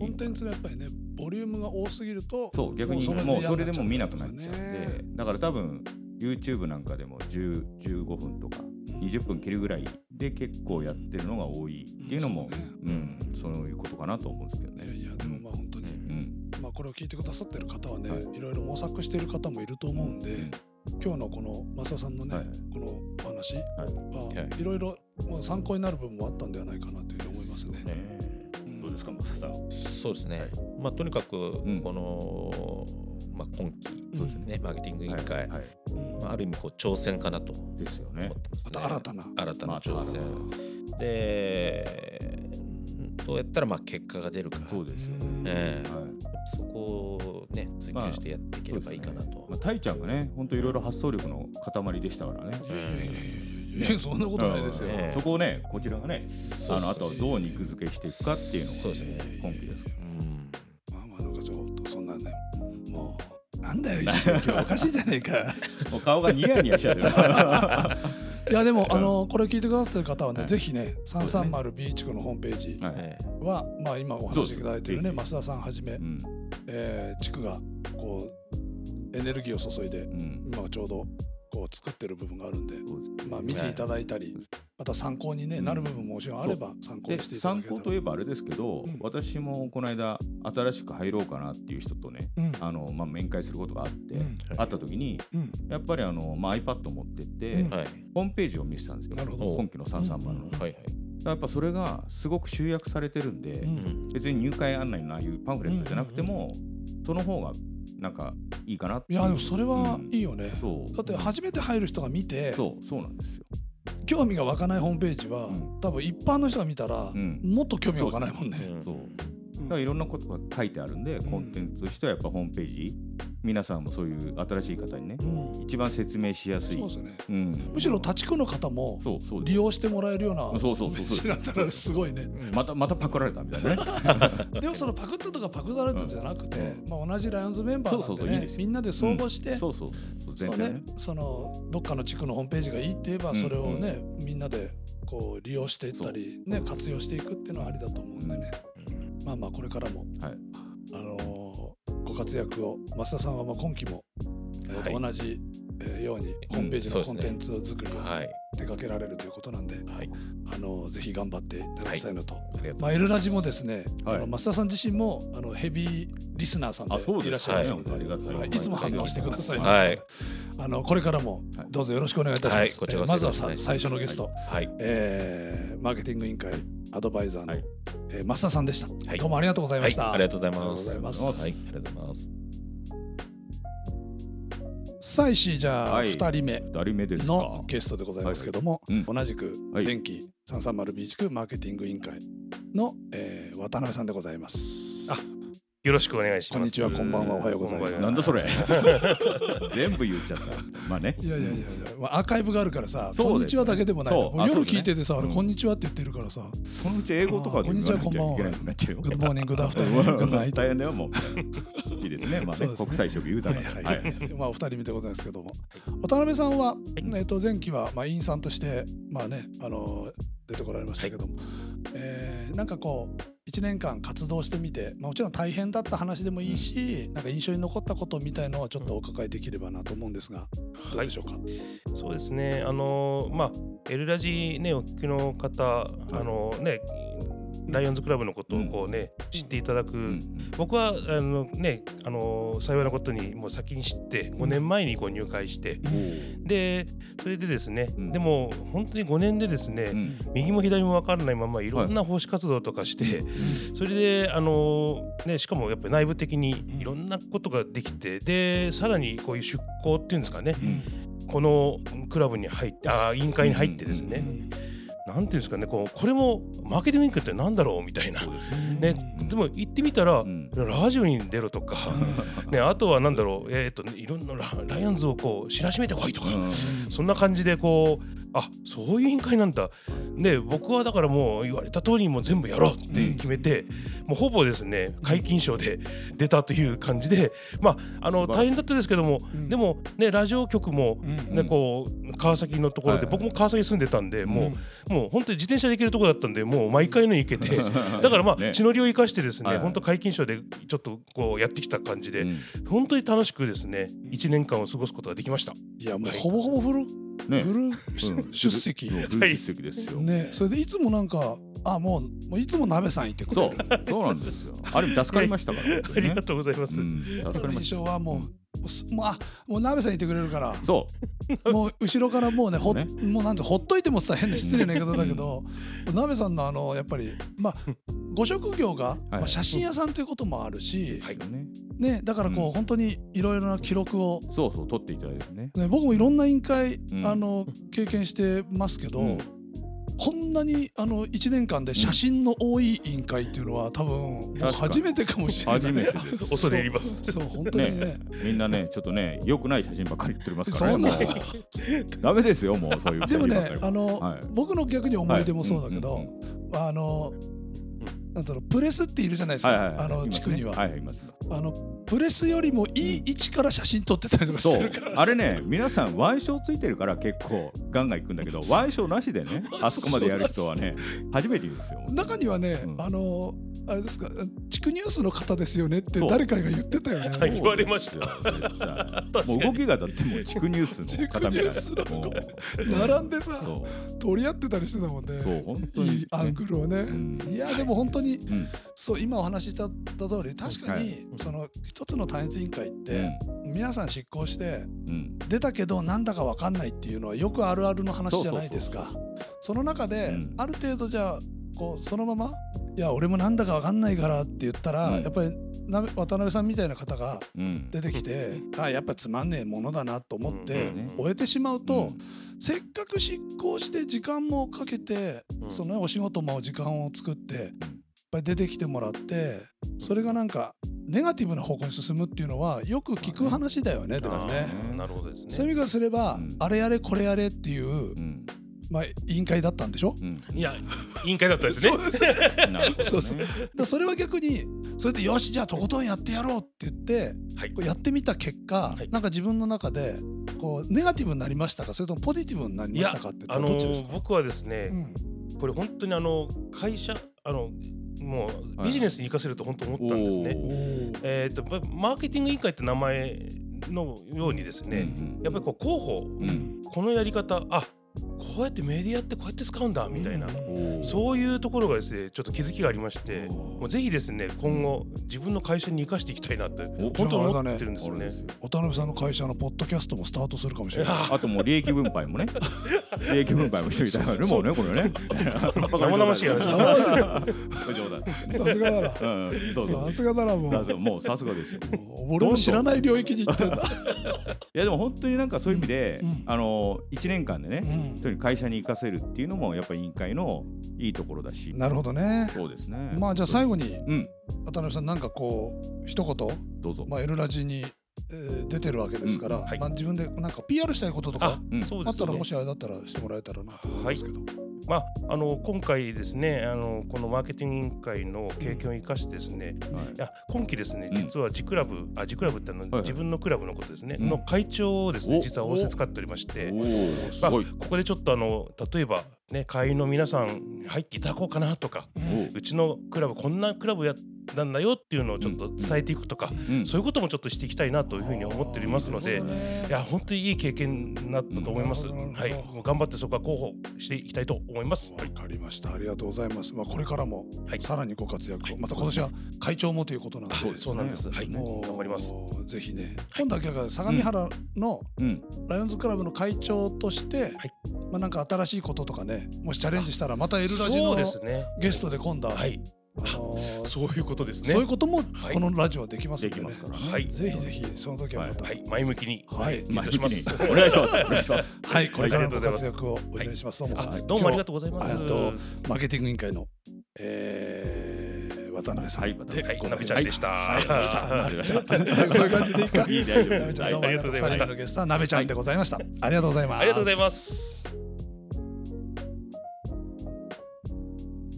[SPEAKER 1] コンテンツがやっぱりねボリュームが多すぎると
[SPEAKER 2] そう逆に
[SPEAKER 1] も
[SPEAKER 2] も
[SPEAKER 1] う
[SPEAKER 2] う
[SPEAKER 1] そ
[SPEAKER 2] そ
[SPEAKER 1] れ
[SPEAKER 2] れ
[SPEAKER 1] で
[SPEAKER 2] で
[SPEAKER 1] 嫌
[SPEAKER 2] も
[SPEAKER 1] に
[SPEAKER 2] 見
[SPEAKER 1] な
[SPEAKER 2] な
[SPEAKER 1] っちゃうとか
[SPEAKER 2] くな
[SPEAKER 1] ね
[SPEAKER 2] っちゃうんでだから多分 YouTube なんかでも10 15分とか20分切るぐらいで結構やってるのが多いっていうのも
[SPEAKER 1] うんそうね、
[SPEAKER 2] うんそういうことかなと思うんですけど
[SPEAKER 1] いや
[SPEAKER 2] ね。
[SPEAKER 1] いやでもまあ本当に、
[SPEAKER 2] うん
[SPEAKER 1] ままあ、これを聞いてくださってる方はね、、
[SPEAKER 2] はい
[SPEAKER 1] ろいろ模索してる方もいると思うんで、今日のこの増田さんのね、
[SPEAKER 2] はい
[SPEAKER 1] このお話は、、
[SPEAKER 5] はい
[SPEAKER 1] ろいろ、まあ、参考になる部分もあったんではないかなというふうに思いますね。
[SPEAKER 6] ね
[SPEAKER 1] うん
[SPEAKER 6] どうですか、マサさん。
[SPEAKER 5] そうですね、
[SPEAKER 6] はい
[SPEAKER 5] まあ、とにかくこ
[SPEAKER 2] ん
[SPEAKER 5] の、まあ、今期、
[SPEAKER 1] そうですね
[SPEAKER 5] ね、マーケティング委
[SPEAKER 2] い
[SPEAKER 5] 員
[SPEAKER 2] はい
[SPEAKER 5] 会、
[SPEAKER 2] はい
[SPEAKER 1] うん
[SPEAKER 5] まあ、ある意味こう挑戦かなと思って
[SPEAKER 2] ですよ
[SPEAKER 5] ます、ね
[SPEAKER 2] ね。
[SPEAKER 1] また新たな。
[SPEAKER 5] 新たな
[SPEAKER 1] あ
[SPEAKER 5] 挑戦、でどうやったらまあ結果が出るか
[SPEAKER 2] そうですよね。
[SPEAKER 1] うん
[SPEAKER 5] ええ
[SPEAKER 2] はい
[SPEAKER 5] そこをね追求してやっていければいいかなと、
[SPEAKER 2] まあ、タイちゃんがね、本当いろいろ発想力の塊でしたからね。
[SPEAKER 1] いやいやいやいやいやいや、 そんなことないですよ。
[SPEAKER 5] うんええ
[SPEAKER 2] そこをね、こちらがね、
[SPEAKER 5] そ
[SPEAKER 2] あ
[SPEAKER 5] うそう
[SPEAKER 2] の、あとはどう肉付けしていくかっていうの
[SPEAKER 5] そう
[SPEAKER 2] が
[SPEAKER 5] ですね
[SPEAKER 2] 今期ですか
[SPEAKER 5] うん
[SPEAKER 1] まあまあなんかちょっとそんなねもうなんだよ一瞬今日おかしいじゃねえか
[SPEAKER 2] ら。もう顔がニヤニヤしちゃってる。
[SPEAKER 1] いやでもあのこれ聞いてくださってる方はね、
[SPEAKER 2] はい
[SPEAKER 1] ぜひね 330B 地区のホームページ
[SPEAKER 2] はい。
[SPEAKER 5] ええ
[SPEAKER 1] は、まあ今お話しいただいてるね
[SPEAKER 2] そうで
[SPEAKER 1] 増田さんはじめ、
[SPEAKER 2] うん。
[SPEAKER 1] えー地区がこうエネルギーを注いで
[SPEAKER 2] うん。
[SPEAKER 1] 今ちょうどこう作ってる部分があるんで、
[SPEAKER 2] そうです
[SPEAKER 1] まあ、見ていただいたり、
[SPEAKER 2] はい
[SPEAKER 1] また参考に、ね
[SPEAKER 2] うん
[SPEAKER 1] なる部分ももちろんあれば参考にして
[SPEAKER 2] で
[SPEAKER 1] いただ
[SPEAKER 2] 参
[SPEAKER 1] けた
[SPEAKER 2] 考
[SPEAKER 1] ら
[SPEAKER 2] といえばあれですけど、
[SPEAKER 1] うん
[SPEAKER 2] 私もこの間新しく入ろうかなっていう人とね
[SPEAKER 1] うん
[SPEAKER 2] あの、まあ、面会することがあって、
[SPEAKER 1] うん
[SPEAKER 5] はい
[SPEAKER 2] 会った時に
[SPEAKER 1] うん
[SPEAKER 2] やっぱりあの、まあ、iPad を持ってって、
[SPEAKER 1] うん
[SPEAKER 5] はい
[SPEAKER 2] ホームページを見せたんですよ
[SPEAKER 1] なるほ
[SPEAKER 5] ど
[SPEAKER 2] 今期の330の、
[SPEAKER 1] うん
[SPEAKER 5] はいはい
[SPEAKER 2] やっぱそれがすごく集約されてるんで、
[SPEAKER 1] うん
[SPEAKER 5] うん
[SPEAKER 2] 別に入会案内のああいうパンフレットじゃなくても、その方がなんかいいかなって
[SPEAKER 1] い
[SPEAKER 2] いう
[SPEAKER 1] やでもそれはいいよね、
[SPEAKER 2] そう
[SPEAKER 1] だって初めて入る人が見て
[SPEAKER 2] そうそうなんですよ
[SPEAKER 1] 興味が湧かないホームページは、
[SPEAKER 2] うん
[SPEAKER 1] 多分一般の人が見たら、
[SPEAKER 2] ん
[SPEAKER 1] もっと興味湧かないもんね。
[SPEAKER 2] そう
[SPEAKER 1] うん
[SPEAKER 2] だからいろんなことが書いてあるんで、
[SPEAKER 1] ん
[SPEAKER 2] コンテンツとしてはやっぱホームページ皆さんもそういう新しい方にね、
[SPEAKER 1] うん
[SPEAKER 2] 一番説明しやすい
[SPEAKER 1] そうですよね
[SPEAKER 2] うん、
[SPEAKER 1] むしろ立ち区の方も
[SPEAKER 2] そうそう
[SPEAKER 1] 利用してもらえるような
[SPEAKER 2] そうそうそうそう
[SPEAKER 1] だったらすごいね。
[SPEAKER 2] またまたパクられたみたいなね
[SPEAKER 1] でもそのパクったとかパクられたんじゃなくて、
[SPEAKER 2] う
[SPEAKER 1] まあ、同じライオンズメンバーなん
[SPEAKER 2] そう
[SPEAKER 1] で
[SPEAKER 2] そうそうい
[SPEAKER 1] ね
[SPEAKER 2] いですよ
[SPEAKER 1] みんなで相互して、
[SPEAKER 2] そうそうそう全
[SPEAKER 1] そう
[SPEAKER 2] 然
[SPEAKER 1] ね
[SPEAKER 2] ね、
[SPEAKER 1] そのどっかの地区のホームページがいいって言えば
[SPEAKER 2] うん
[SPEAKER 1] それをね、みんなでこう利用していったり、ね、活用していくっていうのはありだと思うんでね、まあまあこれからも、
[SPEAKER 2] はい
[SPEAKER 1] あのーご活躍を増田さんはまあ今期も、えーと
[SPEAKER 5] はい
[SPEAKER 1] 同じえーようにホームページ
[SPEAKER 5] そ
[SPEAKER 1] の
[SPEAKER 5] うです
[SPEAKER 1] コン
[SPEAKER 5] ね
[SPEAKER 1] テンツ作りを
[SPEAKER 5] はい
[SPEAKER 1] 手掛けられるということなんで、
[SPEAKER 5] はい
[SPEAKER 1] あのーぜひ頑張っていただきたいのと。
[SPEAKER 5] ありがとうございます
[SPEAKER 1] まあ、エルラジもですね、
[SPEAKER 2] はい
[SPEAKER 1] あの増田さん自身もあのヘビーリスナーさん
[SPEAKER 2] あそうです
[SPEAKER 1] でいらっしゃいますので
[SPEAKER 2] はいありがたい
[SPEAKER 1] はいいつも反応してくださいまし
[SPEAKER 5] はい
[SPEAKER 1] あのこれからも
[SPEAKER 2] はい
[SPEAKER 1] どうぞよろしくお願いいたします。
[SPEAKER 5] はいこちら
[SPEAKER 1] えー
[SPEAKER 5] こそ
[SPEAKER 1] まずは
[SPEAKER 5] よろしく
[SPEAKER 1] さ
[SPEAKER 5] お願いします
[SPEAKER 1] 最初のゲスト、
[SPEAKER 5] はい
[SPEAKER 1] えーマーケティング委員会アドバイザーの、
[SPEAKER 2] はい
[SPEAKER 1] えー増田さんでした、
[SPEAKER 5] はい
[SPEAKER 1] どうもありがとうございま
[SPEAKER 5] はい
[SPEAKER 1] した。
[SPEAKER 5] ありがとうございます
[SPEAKER 1] ありがとうござ
[SPEAKER 5] はいありがとうございます
[SPEAKER 1] さあ石井じゃあ
[SPEAKER 2] はい
[SPEAKER 1] 二、人目
[SPEAKER 2] 二人目ですか
[SPEAKER 1] のゲストでございますけども、
[SPEAKER 2] はいうん
[SPEAKER 1] 同じく
[SPEAKER 2] はい
[SPEAKER 1] 前期 330B 地区マーケティング委員会の、えー渡辺さんでございます。
[SPEAKER 6] あよろしくお願いしま
[SPEAKER 1] こ
[SPEAKER 6] す。
[SPEAKER 1] んにちはこんばんはおはようございます
[SPEAKER 6] こ
[SPEAKER 2] なんだそ れ全部言っちゃったまあね
[SPEAKER 1] いやいやいやいや、まあ、アーカイブがあるからさ、
[SPEAKER 2] そうですね
[SPEAKER 1] こんにちはだけでもないの。
[SPEAKER 2] そう
[SPEAKER 1] もう
[SPEAKER 2] あ
[SPEAKER 1] 夜
[SPEAKER 2] そうですね
[SPEAKER 1] 聞いててさ、あれ
[SPEAKER 2] うん
[SPEAKER 1] こんにちはって言ってるからさ、
[SPEAKER 2] そのうち英語とかで言わなきゃいけないようになっちゃうよ
[SPEAKER 1] グッドモーニング、グッドアフターニン グ、グッドナイト
[SPEAKER 2] 大。変だよもういいですねまあ
[SPEAKER 1] そう
[SPEAKER 2] ね
[SPEAKER 1] ですね
[SPEAKER 2] 国際色豊かな
[SPEAKER 1] はい
[SPEAKER 2] は
[SPEAKER 1] はいいまあお二人目でございますけども、渡辺さんは、えっと前期はまあ委員さんとしてまあねあの出てこられましたけども、えーなんかこう一年間活動してみて、まあもちろん大変だった話でもいいし、なんか印象に残ったことみたいのはちょっとお伺いできればなと思うんですが、どうでしょうか。
[SPEAKER 6] そうですね。あのまあエルラジねお聞きの方、あのねライオンズクラブのことをこうね、知っていただく。
[SPEAKER 2] うんうん
[SPEAKER 6] 僕はあのねあの幸いなことにもう先に知って5年前にこう入会して、でそれでですね、
[SPEAKER 2] うん
[SPEAKER 6] でも本当に5年でですね、
[SPEAKER 2] うん
[SPEAKER 6] 右も左も分からないままいろんな奉仕活動とかして、それであの、ね、しかもやっぱり内部的にいろんなことができてでさらにこういう出向っていうんですかね
[SPEAKER 2] うん
[SPEAKER 6] このクラブに入ってあ委員会に入ってです
[SPEAKER 2] う
[SPEAKER 6] ね、
[SPEAKER 1] ん
[SPEAKER 6] なんていうんですかねこうこれもマーケティング委員会ってなんだろうみたいな。ね、 でも行ってみたら、
[SPEAKER 2] うん
[SPEAKER 6] ラジオに出ろとか、ね、あとはなんだろう、えーっとねいろんなラライオンズをこう知らしめてこいとか、
[SPEAKER 2] うん
[SPEAKER 6] そんな感じでこうあそういう委員会なんだで僕はだからもう言われた通りにもう全部やろうって決めて、もうほぼですね皆勤賞で出たという感じでまああの
[SPEAKER 2] 素晴らしい
[SPEAKER 6] 大変だったですけども、
[SPEAKER 1] うん
[SPEAKER 6] でもねラジオ局も、
[SPEAKER 1] うん
[SPEAKER 6] ねこう川崎のところで、
[SPEAKER 2] はいはい
[SPEAKER 6] 僕も川崎住んでたんでもう、もう本当に自転車で行けるところだったんでもう毎回のように行 けてだからまあ、
[SPEAKER 2] ね
[SPEAKER 6] 地の利を生かしてですね、
[SPEAKER 2] はいはい
[SPEAKER 6] 本当皆勤賞でちょっとこうやってきた感じで、
[SPEAKER 2] うん
[SPEAKER 6] 本当に楽しくですね1年間を過ごすことができました。
[SPEAKER 1] いやもうほぼほぼフル
[SPEAKER 2] ね
[SPEAKER 1] フル
[SPEAKER 2] うん
[SPEAKER 1] 出席。
[SPEAKER 2] そうフル出席ですよ
[SPEAKER 1] ね、それでいつもなんかあもうもういつも鍋さんいてく
[SPEAKER 2] そ
[SPEAKER 1] れ
[SPEAKER 2] う
[SPEAKER 1] る。
[SPEAKER 2] そうなんですよある意味助かりましたから、本 当
[SPEAKER 6] あ
[SPEAKER 2] に
[SPEAKER 6] り
[SPEAKER 2] ね
[SPEAKER 6] がとうございます。
[SPEAKER 2] うん助か
[SPEAKER 1] 今
[SPEAKER 2] り
[SPEAKER 1] の
[SPEAKER 2] まし
[SPEAKER 1] 印象はもう、もうすもうあもう鍋さんいてくれるから
[SPEAKER 2] た そう
[SPEAKER 1] もう後ろからもうねほ
[SPEAKER 2] そうね
[SPEAKER 1] もうなんてほっといてもって言ったら変な失礼な言い方だけどなべさんのあのやっぱりまあご職業が、まあ、写真屋さんということもあるし、
[SPEAKER 2] ですよね
[SPEAKER 1] ね、だからこう、
[SPEAKER 2] うん
[SPEAKER 1] 本当にいろいろな記録を、
[SPEAKER 2] そうそう取っていただいてね
[SPEAKER 1] ね、僕もいろんな委員会、
[SPEAKER 2] うん
[SPEAKER 1] あの経験してますけど、
[SPEAKER 2] うん
[SPEAKER 1] こんなにあの1年間で写真の多い委員会っていうのは多分もう
[SPEAKER 2] 確かに
[SPEAKER 1] 初めてかもしれない。
[SPEAKER 2] 初めてです
[SPEAKER 6] 恐れ入ります。
[SPEAKER 1] そう本当にね
[SPEAKER 2] ねみんなねちょっとね良くない写真ばっかり言っておりますから
[SPEAKER 1] そん
[SPEAKER 2] ね
[SPEAKER 1] な
[SPEAKER 2] もうダメですよもうそういう写
[SPEAKER 1] でも
[SPEAKER 2] 真ばっか
[SPEAKER 1] ね
[SPEAKER 2] り
[SPEAKER 1] あの、
[SPEAKER 2] はい
[SPEAKER 1] 僕の逆に思い出もそうだけど、
[SPEAKER 2] はいんんん
[SPEAKER 1] あのなんだろうプレスっているじゃないですか、
[SPEAKER 2] はいはいはい
[SPEAKER 1] あ
[SPEAKER 2] います
[SPEAKER 1] の
[SPEAKER 2] ね
[SPEAKER 1] 地区には、
[SPEAKER 2] はいいます
[SPEAKER 1] あのプレスよりもいい位置から写真撮ってたりとかし
[SPEAKER 2] そ
[SPEAKER 1] て
[SPEAKER 2] う
[SPEAKER 1] るから。
[SPEAKER 2] あれね皆さん腕章ついてるから結構ガンガンいくんだけど腕章なしでねあそこまでやる人はね初めて言うんですよ
[SPEAKER 1] 中にはね、
[SPEAKER 2] うん
[SPEAKER 1] あのあれですか地区ニュースの方ですよねって
[SPEAKER 2] そう
[SPEAKER 1] 誰かが言ってたよ
[SPEAKER 6] はい
[SPEAKER 1] ね。
[SPEAKER 6] 言われました
[SPEAKER 2] そうですよ絶対もう動きがだってもう地区ニュースの方みたい
[SPEAKER 1] 地区ニュース
[SPEAKER 2] な
[SPEAKER 1] の
[SPEAKER 2] もう
[SPEAKER 1] 並んでさ
[SPEAKER 2] そ
[SPEAKER 1] 取り合ってたりしてたもん
[SPEAKER 2] うそう
[SPEAKER 1] ね。
[SPEAKER 2] 本当
[SPEAKER 1] い
[SPEAKER 2] に
[SPEAKER 1] いアングルをね。
[SPEAKER 2] うん
[SPEAKER 1] いやでも本当に、
[SPEAKER 2] ん
[SPEAKER 1] そう今お話しした通り確か
[SPEAKER 2] は
[SPEAKER 1] に、その一つの単一委員会っ
[SPEAKER 2] う
[SPEAKER 1] て、皆さん執行して
[SPEAKER 2] んうん
[SPEAKER 1] 出たけどなんだかわかんないっていうのはよくあるあるの話じゃないですか。その中で、
[SPEAKER 2] うん
[SPEAKER 1] ある程度じゃあこうそのままいや俺もなんだかわかんないからって言ったら、
[SPEAKER 2] うん
[SPEAKER 1] やっぱりな渡辺さんみたいな方が
[SPEAKER 2] うん
[SPEAKER 1] 出てきてあやっぱつまんねえものだなと思って
[SPEAKER 2] うん
[SPEAKER 1] 終えてしまう
[SPEAKER 2] う
[SPEAKER 1] と
[SPEAKER 2] ん
[SPEAKER 1] せっかく執行して時間もかけて
[SPEAKER 6] うん
[SPEAKER 1] そのお仕事も時間を作ってやっぱり出てきてもらってそれがなんかネガティブな方向に進むっていうのはよく聞く話だよねでもね。
[SPEAKER 6] あーなるほどです
[SPEAKER 1] そういう意味
[SPEAKER 6] ね。
[SPEAKER 1] からすれば
[SPEAKER 2] うん
[SPEAKER 1] あれやれこれやれっていう
[SPEAKER 2] うん
[SPEAKER 1] まあ委員会だったんでし ょ
[SPEAKER 2] うん
[SPEAKER 6] いや、委員会だったですね。
[SPEAKER 2] なるほど ね
[SPEAKER 1] そうそうだからそれは逆にそれでよしじゃあとことんやってやろうって言って
[SPEAKER 6] はい
[SPEAKER 1] こうやってみた結果、
[SPEAKER 6] はい
[SPEAKER 1] なんか自分の中でこうネガティブになりましたかそれともポジティブになりましたかって言った
[SPEAKER 6] あ
[SPEAKER 1] ら
[SPEAKER 6] の
[SPEAKER 1] どっちですか、
[SPEAKER 6] 僕はですね、
[SPEAKER 1] うん
[SPEAKER 6] これ本当にあの会社あのもう
[SPEAKER 2] はい
[SPEAKER 6] ビジネスに生かせると本当思ったんですね。
[SPEAKER 2] おー
[SPEAKER 6] えっ、とまマーケティング委員会って名前のようにですね、
[SPEAKER 2] うん
[SPEAKER 6] やっぱりこう広報
[SPEAKER 2] うんうん
[SPEAKER 6] このやり方あこうやってメディアってこうやって使うんだみたいな、
[SPEAKER 1] うん
[SPEAKER 2] おー
[SPEAKER 6] そういうところがですねちょっと気づきがありまして
[SPEAKER 1] おー
[SPEAKER 6] もうぜひですね今後自分の会社に生かしていきたいなって
[SPEAKER 2] お
[SPEAKER 6] 本当に思ってるんですよ
[SPEAKER 2] あれ
[SPEAKER 6] ね
[SPEAKER 2] です。よ
[SPEAKER 1] 渡辺さんの会社のポッドキャストもスタートするかもしれない。
[SPEAKER 2] あともう利益分配もね利益分配もしてみたいなもうねこれね
[SPEAKER 6] 生々しい話
[SPEAKER 2] 生々しい冗談
[SPEAKER 1] さすがだ な。
[SPEAKER 2] うんそうそう
[SPEAKER 1] さすがだなも
[SPEAKER 2] だか
[SPEAKER 1] う。
[SPEAKER 2] らもうさすがですよ
[SPEAKER 1] 俺の知らない領域に行ってんだ。
[SPEAKER 2] いやでも本当になんかそういう意味で、
[SPEAKER 1] うんうん
[SPEAKER 2] あの1年間 で
[SPEAKER 1] う
[SPEAKER 2] ね、
[SPEAKER 1] ん
[SPEAKER 2] 本当に会社に生かせるっていうのもやっぱり委員会のいいところだし
[SPEAKER 1] なるほどね。
[SPEAKER 2] そうですね
[SPEAKER 1] まあじゃあ最後に
[SPEAKER 2] うん
[SPEAKER 1] 渡辺さんなんかこう一言、
[SPEAKER 2] どうぞ、
[SPEAKER 1] まあ、L ラジに、えー出てるわけですから、
[SPEAKER 6] うんはい
[SPEAKER 1] まあ、自分でなんか PR したいこととか
[SPEAKER 2] うん
[SPEAKER 6] そう
[SPEAKER 1] あ
[SPEAKER 6] で
[SPEAKER 1] っ
[SPEAKER 6] す
[SPEAKER 1] た
[SPEAKER 6] ね
[SPEAKER 1] らもしあれだったらしてもらえたらなと思いますけど。
[SPEAKER 6] まあ、あの今回ですねあのこのマーケティング委員会の経験を生かしてですね、
[SPEAKER 2] はい
[SPEAKER 6] いや今期ですね
[SPEAKER 2] うん
[SPEAKER 6] 実はジクラブ、あジクラブってあの、
[SPEAKER 2] はい
[SPEAKER 6] 自分のクラブのことですね、
[SPEAKER 2] うん
[SPEAKER 6] の会長をです
[SPEAKER 2] お
[SPEAKER 6] ね実は仰せ使っておりまし
[SPEAKER 2] お
[SPEAKER 6] て。
[SPEAKER 2] ーす
[SPEAKER 6] まあ、
[SPEAKER 2] ご
[SPEAKER 6] こ
[SPEAKER 2] い、
[SPEAKER 6] こでちょっとあの例えば、ね、会員の皆さん入っていただこうかなとか
[SPEAKER 2] おー
[SPEAKER 6] うちのクラブこんなクラブやなんだよっていうのをちょっと伝えていくとか、
[SPEAKER 2] うん
[SPEAKER 6] そういうこともちょっとしていきたいなというふうに思っておりますの
[SPEAKER 1] な
[SPEAKER 6] で、
[SPEAKER 1] るほどね
[SPEAKER 6] いや本当にいい経験になったと思います。
[SPEAKER 1] うん
[SPEAKER 6] はい、もう頑張ってそこは候補していきたいと思います。
[SPEAKER 1] わかりました。ありがとうございます。まあこれからも
[SPEAKER 6] はい
[SPEAKER 1] さらにご活躍を、
[SPEAKER 6] はい
[SPEAKER 1] また今年は会長もということなんで、
[SPEAKER 6] あそうなんです。はい、
[SPEAKER 1] も
[SPEAKER 6] 頑
[SPEAKER 1] う
[SPEAKER 6] 張ります。。
[SPEAKER 1] ぜひね、今度は逆に相模原の
[SPEAKER 2] うん
[SPEAKER 1] ライオンズクラブの会長として、
[SPEAKER 6] はい
[SPEAKER 1] まあなんか新しいこととかね、もしチャレンジしたらまたエルラジ
[SPEAKER 6] そ
[SPEAKER 1] の
[SPEAKER 6] うですね。
[SPEAKER 1] ゲストで今度は、
[SPEAKER 6] は
[SPEAKER 1] あ
[SPEAKER 6] い、
[SPEAKER 1] のーそ
[SPEAKER 6] そういうことです
[SPEAKER 1] う
[SPEAKER 6] ね。
[SPEAKER 1] いうことも
[SPEAKER 6] はい
[SPEAKER 1] このラジオはできます
[SPEAKER 2] で
[SPEAKER 1] ので
[SPEAKER 2] き
[SPEAKER 1] ね。
[SPEAKER 2] ますからね
[SPEAKER 6] はい、
[SPEAKER 1] ぜひぜひその時はまた、
[SPEAKER 6] は
[SPEAKER 1] はい
[SPEAKER 6] い、前向きに。
[SPEAKER 1] はい
[SPEAKER 6] お願いします。
[SPEAKER 2] お願いしますお願いします
[SPEAKER 1] はいこれからの
[SPEAKER 6] はい
[SPEAKER 1] ご活躍をお願いします。どうも
[SPEAKER 6] あ、どうもありがとうございます。
[SPEAKER 1] えっとマーケティング委員会の、えー、渡辺さん
[SPEAKER 2] は
[SPEAKER 1] で
[SPEAKER 2] い
[SPEAKER 1] ござ
[SPEAKER 2] 渡辺
[SPEAKER 1] います
[SPEAKER 2] さん
[SPEAKER 6] はい、ナビちゃんでした。
[SPEAKER 1] はいナビちゃんナビちゃんそういう感じでいいか。
[SPEAKER 2] いい大丈夫
[SPEAKER 1] ナベちゃん、
[SPEAKER 2] はい
[SPEAKER 1] どうもありがとうございました。今回のゲストはなべちゃんでございました。ありがとうございます。
[SPEAKER 6] ありがとうございま。す。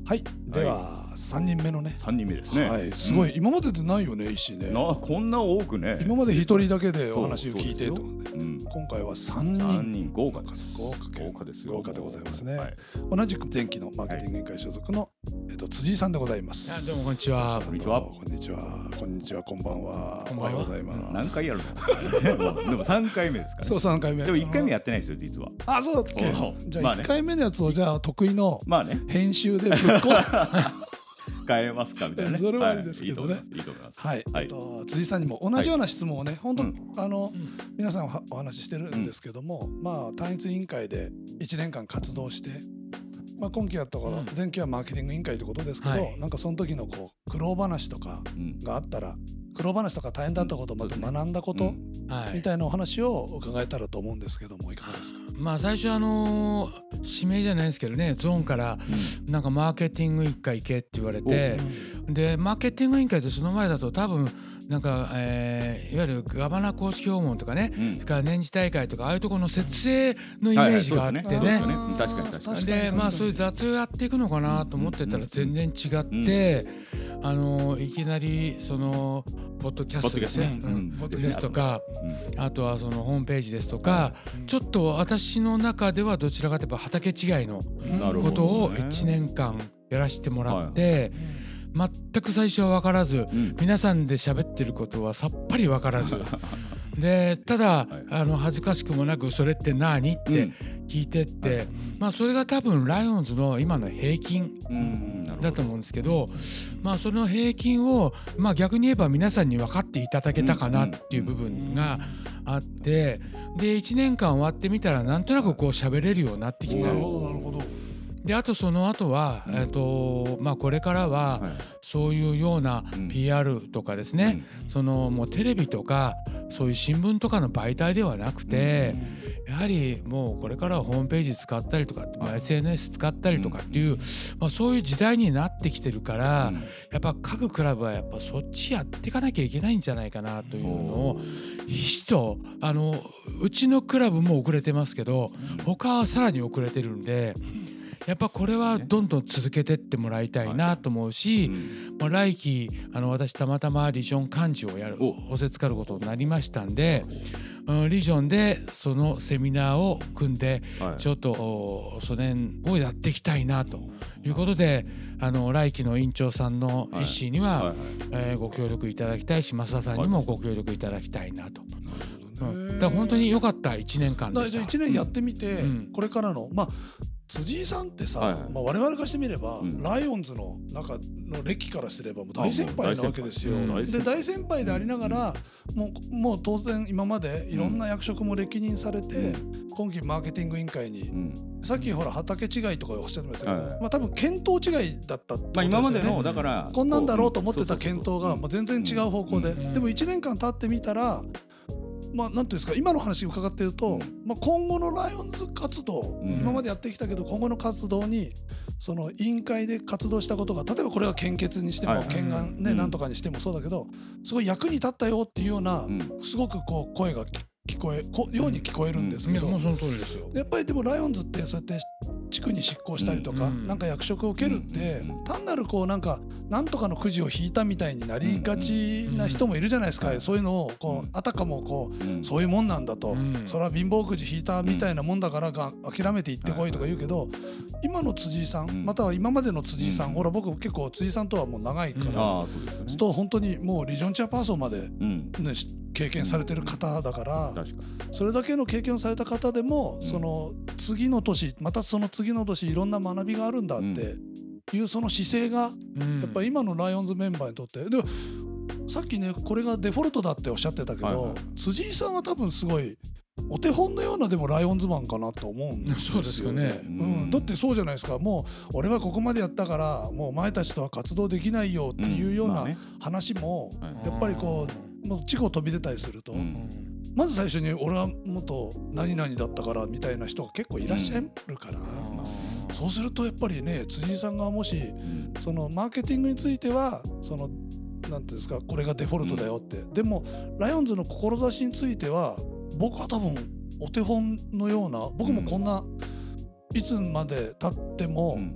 [SPEAKER 1] はい、では、三人目のね。
[SPEAKER 2] 三人目ですね、
[SPEAKER 1] はい、すごい、今まででないよね、石井ね。
[SPEAKER 2] なこんな多くね
[SPEAKER 1] 今まで一人だけでお話を
[SPEAKER 2] そう
[SPEAKER 1] 聞いて
[SPEAKER 2] そ
[SPEAKER 1] と
[SPEAKER 2] う
[SPEAKER 1] かね。
[SPEAKER 2] ですようん
[SPEAKER 1] 今回は三
[SPEAKER 2] 三
[SPEAKER 1] 人。
[SPEAKER 2] 人豪華です
[SPEAKER 1] 豪華系
[SPEAKER 2] 豪華ですよ
[SPEAKER 1] 豪華でございますね
[SPEAKER 2] はい
[SPEAKER 1] 同じく前期のマーケティング委員会所属の、えっと、辻井さんでございます。
[SPEAKER 7] あどうもこんにちは
[SPEAKER 1] 辻井さんどうもこんにちは。こんにちは。こんばんは。
[SPEAKER 7] こん
[SPEAKER 1] お
[SPEAKER 7] ばんは
[SPEAKER 1] はようございます。
[SPEAKER 2] 何回やるのもうでも三回目ですからね
[SPEAKER 1] そう、三回目。
[SPEAKER 2] でも一回目やってないですよ実は
[SPEAKER 1] あ、そうだっけ
[SPEAKER 2] そう。
[SPEAKER 1] じゃ
[SPEAKER 2] まあ
[SPEAKER 1] あ、
[SPEAKER 2] ね
[SPEAKER 1] 一回目のやつを、じゃあ、得意の。
[SPEAKER 2] まあね
[SPEAKER 1] 編集でぶっこ
[SPEAKER 4] 変えますかみたいなね。
[SPEAKER 1] それはありですけどね
[SPEAKER 4] はいいいと思います。
[SPEAKER 1] はい、
[SPEAKER 4] は
[SPEAKER 1] あ
[SPEAKER 4] い。
[SPEAKER 1] と辻さんにも同じような質問をね、本当、
[SPEAKER 4] うん
[SPEAKER 1] あの
[SPEAKER 8] うん
[SPEAKER 1] 皆さんはお話ししてるんですけども、まあ単一委員会で1年間活動して、まあ、今期やったから、
[SPEAKER 8] うん
[SPEAKER 1] 前期はマーケティング委員会ということですけど、
[SPEAKER 8] はい
[SPEAKER 1] なんかその時のこう苦労話とか
[SPEAKER 4] うん
[SPEAKER 1] があったら苦労話とか大変だったこと
[SPEAKER 4] うん
[SPEAKER 1] また
[SPEAKER 4] そうですね
[SPEAKER 1] 学んだこと、
[SPEAKER 4] うん
[SPEAKER 8] はい
[SPEAKER 1] みたいなお話を伺えたらと思うんですけどもいかがですか、
[SPEAKER 8] まあ最初あのー指名じゃないですけどねゾーンからなんかマーケティング一回行けって言われてでマーケティング委員会ってその前だと多分なんか、えーいわゆるガバナ公式訪問とかね
[SPEAKER 4] うん
[SPEAKER 8] それから年次大会とかああいうところの設営のイメージがあってね。
[SPEAKER 4] はいはいそうですね
[SPEAKER 1] あー
[SPEAKER 4] 確かに確かに
[SPEAKER 8] でまあそういう雑用やっていくのかなと思ってたら全然違って、あのいきなりそのポッドキャストですね
[SPEAKER 4] ポッドキャスト
[SPEAKER 8] う
[SPEAKER 4] ね
[SPEAKER 8] ん
[SPEAKER 4] うん
[SPEAKER 8] ですとか
[SPEAKER 4] うん
[SPEAKER 8] あとはそのホームページですとか、ちょっと私の中ではどちらかといえば畑違いの
[SPEAKER 4] なるほどね
[SPEAKER 8] ことを1年間やらせてもらって、全く最初は分からず
[SPEAKER 4] うん
[SPEAKER 8] 皆さんで喋ってることはさっぱり分からずでただ、
[SPEAKER 4] い
[SPEAKER 8] あの恥ずかしくもなく「それって何?」っ
[SPEAKER 4] う
[SPEAKER 8] て
[SPEAKER 4] ん
[SPEAKER 8] 聞いてって、
[SPEAKER 4] は
[SPEAKER 8] まあそれが多分ライオンズの今の平均
[SPEAKER 4] うんなるほど
[SPEAKER 8] だと思うんですけどまあその平均をまあ逆に言えば皆さんに分かっていただけたかなっていう部分があってで1年間終わってみたらなんとなくこう喋れるようになってきた
[SPEAKER 1] なるほどなるほど
[SPEAKER 8] であとその後は
[SPEAKER 4] うん
[SPEAKER 8] えっとまあこれからは
[SPEAKER 4] はい
[SPEAKER 8] そういうような
[SPEAKER 4] うん
[SPEAKER 8] PR とかですねそのもうテレビとかそういう新聞とかの媒体ではなくてやはりもうこれからはホームページ使ったりとか、まあ
[SPEAKER 4] はい
[SPEAKER 8] SNS 使ったりとかっていう、まあ、そういう時代になってきてるから、やっぱ各クラブはやっぱそっちやっていかなきゃいけないんじゃないかなというのをひしとあのうちのクラブも遅れてますけど他はさらに遅れてるんで。やっぱこれはどんどん続けてってもらいたいなと思うし、まあ、来期あの私たまたまリジョン幹事をやる
[SPEAKER 4] お
[SPEAKER 8] おせつかることになりましたんで、うん、リジョンでそのセミナーを組んでち
[SPEAKER 4] ょっ
[SPEAKER 8] ょっとおそれをやっていきたいなということであの来期の院長さんの
[SPEAKER 4] はい
[SPEAKER 8] 一心には、えーご協力いただきたいし増田さんにもご協力いただきたいなと、うん、だから本当に良かった1年間で
[SPEAKER 1] だ
[SPEAKER 8] し
[SPEAKER 1] じ
[SPEAKER 8] た。
[SPEAKER 1] ゃあ1年やってみて、
[SPEAKER 8] うん
[SPEAKER 1] これからのまあ辻井さんってさ、
[SPEAKER 4] はいはい
[SPEAKER 1] まあ、我々からしてみれば、
[SPEAKER 4] うん
[SPEAKER 1] ライオンズの中の歴からすればもう大先輩なわけですよ。
[SPEAKER 8] うん
[SPEAKER 4] 大先
[SPEAKER 1] で
[SPEAKER 4] 輩
[SPEAKER 1] 大先輩でありながら、もうもう当然今までいろんな役職も歴任されて、今期マーケティング委員会に、さっきほら畑違いとかおっしゃってましたけど、
[SPEAKER 4] はい
[SPEAKER 1] まあ、多分見当違いだったってこと
[SPEAKER 4] まあ
[SPEAKER 1] ですよね。
[SPEAKER 4] 今までのだから
[SPEAKER 1] こんなんだろうと思ってた検討が
[SPEAKER 4] うん
[SPEAKER 1] もう全然違う方向で、
[SPEAKER 8] うんうん
[SPEAKER 1] でも1年間経ってみたらまあなんていうんですか今の話伺ってると、
[SPEAKER 4] うん
[SPEAKER 1] まあ、今後のライオンズ活動、
[SPEAKER 4] うん
[SPEAKER 1] 今までやってきたけど今後の活動にその委員会で活動したことが例えばこれが献血にしても、
[SPEAKER 4] はい
[SPEAKER 1] 献がね、
[SPEAKER 4] うん
[SPEAKER 1] なんとかにしてもそうだけどすごい役に立ったよっていうような、
[SPEAKER 4] うん
[SPEAKER 1] すごくこう声がき聞こえこように聞こえるんです
[SPEAKER 8] い
[SPEAKER 1] け
[SPEAKER 8] や
[SPEAKER 1] ど、
[SPEAKER 8] もうその通りですよ。
[SPEAKER 1] やっぱりでもライオンズってそうやって地区に執行したりとか、
[SPEAKER 8] うん
[SPEAKER 1] なんか役職を受けるって、
[SPEAKER 4] うん
[SPEAKER 1] 単なるこうなんかなんとかのくじを引いたみたいになりがちな人もいるじゃないですか、
[SPEAKER 4] うん
[SPEAKER 1] そういうのをこう、
[SPEAKER 4] うん
[SPEAKER 1] あたかもこう
[SPEAKER 4] うん
[SPEAKER 1] そういうもんなんだと、
[SPEAKER 8] うん
[SPEAKER 1] それは貧乏くじ引いたみたいなもんだからが諦めて行ってこいとか言うけど、今の辻井さん、
[SPEAKER 4] うん
[SPEAKER 1] または今までの辻井さん、
[SPEAKER 4] うん
[SPEAKER 1] ほら僕結構辻井さんとはもう長いから、
[SPEAKER 4] ああそうですよね
[SPEAKER 1] と本当にもうリジョンチェアパーソンまで、
[SPEAKER 4] うん
[SPEAKER 1] ね、し経験されてる方だから。
[SPEAKER 4] 確かに
[SPEAKER 1] それだけの経験をされた方でも、
[SPEAKER 4] うん
[SPEAKER 1] その次の年またその次の年いろんな学びがあるんだっていうその姿勢が
[SPEAKER 8] うん
[SPEAKER 1] やっぱ今のライオンズメンバーにとってでさっきねこれがデフォルトだっておっしゃってたけど、
[SPEAKER 4] はいはい
[SPEAKER 1] 辻井さんは多分すごいお手本のようなでもライオンズマンかなと思う んですよね。
[SPEAKER 8] そうですよね
[SPEAKER 1] う
[SPEAKER 4] うん
[SPEAKER 1] ん、だってそうじゃないですかもう俺はここまでやったからもうお前たちとは活動できないよっていうよう
[SPEAKER 4] まあ
[SPEAKER 1] な
[SPEAKER 4] ね
[SPEAKER 1] 話も
[SPEAKER 4] はい
[SPEAKER 1] やっぱりこもう地区を飛び出たりすると。
[SPEAKER 4] うん
[SPEAKER 1] まず最初に俺は元何々だったからみたいな人が結構いらっしゃるから、そうするとやっぱりね辻井さんがもし
[SPEAKER 4] うん
[SPEAKER 1] そのマーケティングについてはそのなんていうんですかこれがデフォルトだよって、でもライオンズの志については僕は多分お手本のような僕もこんな、いつまで経っても、
[SPEAKER 4] うん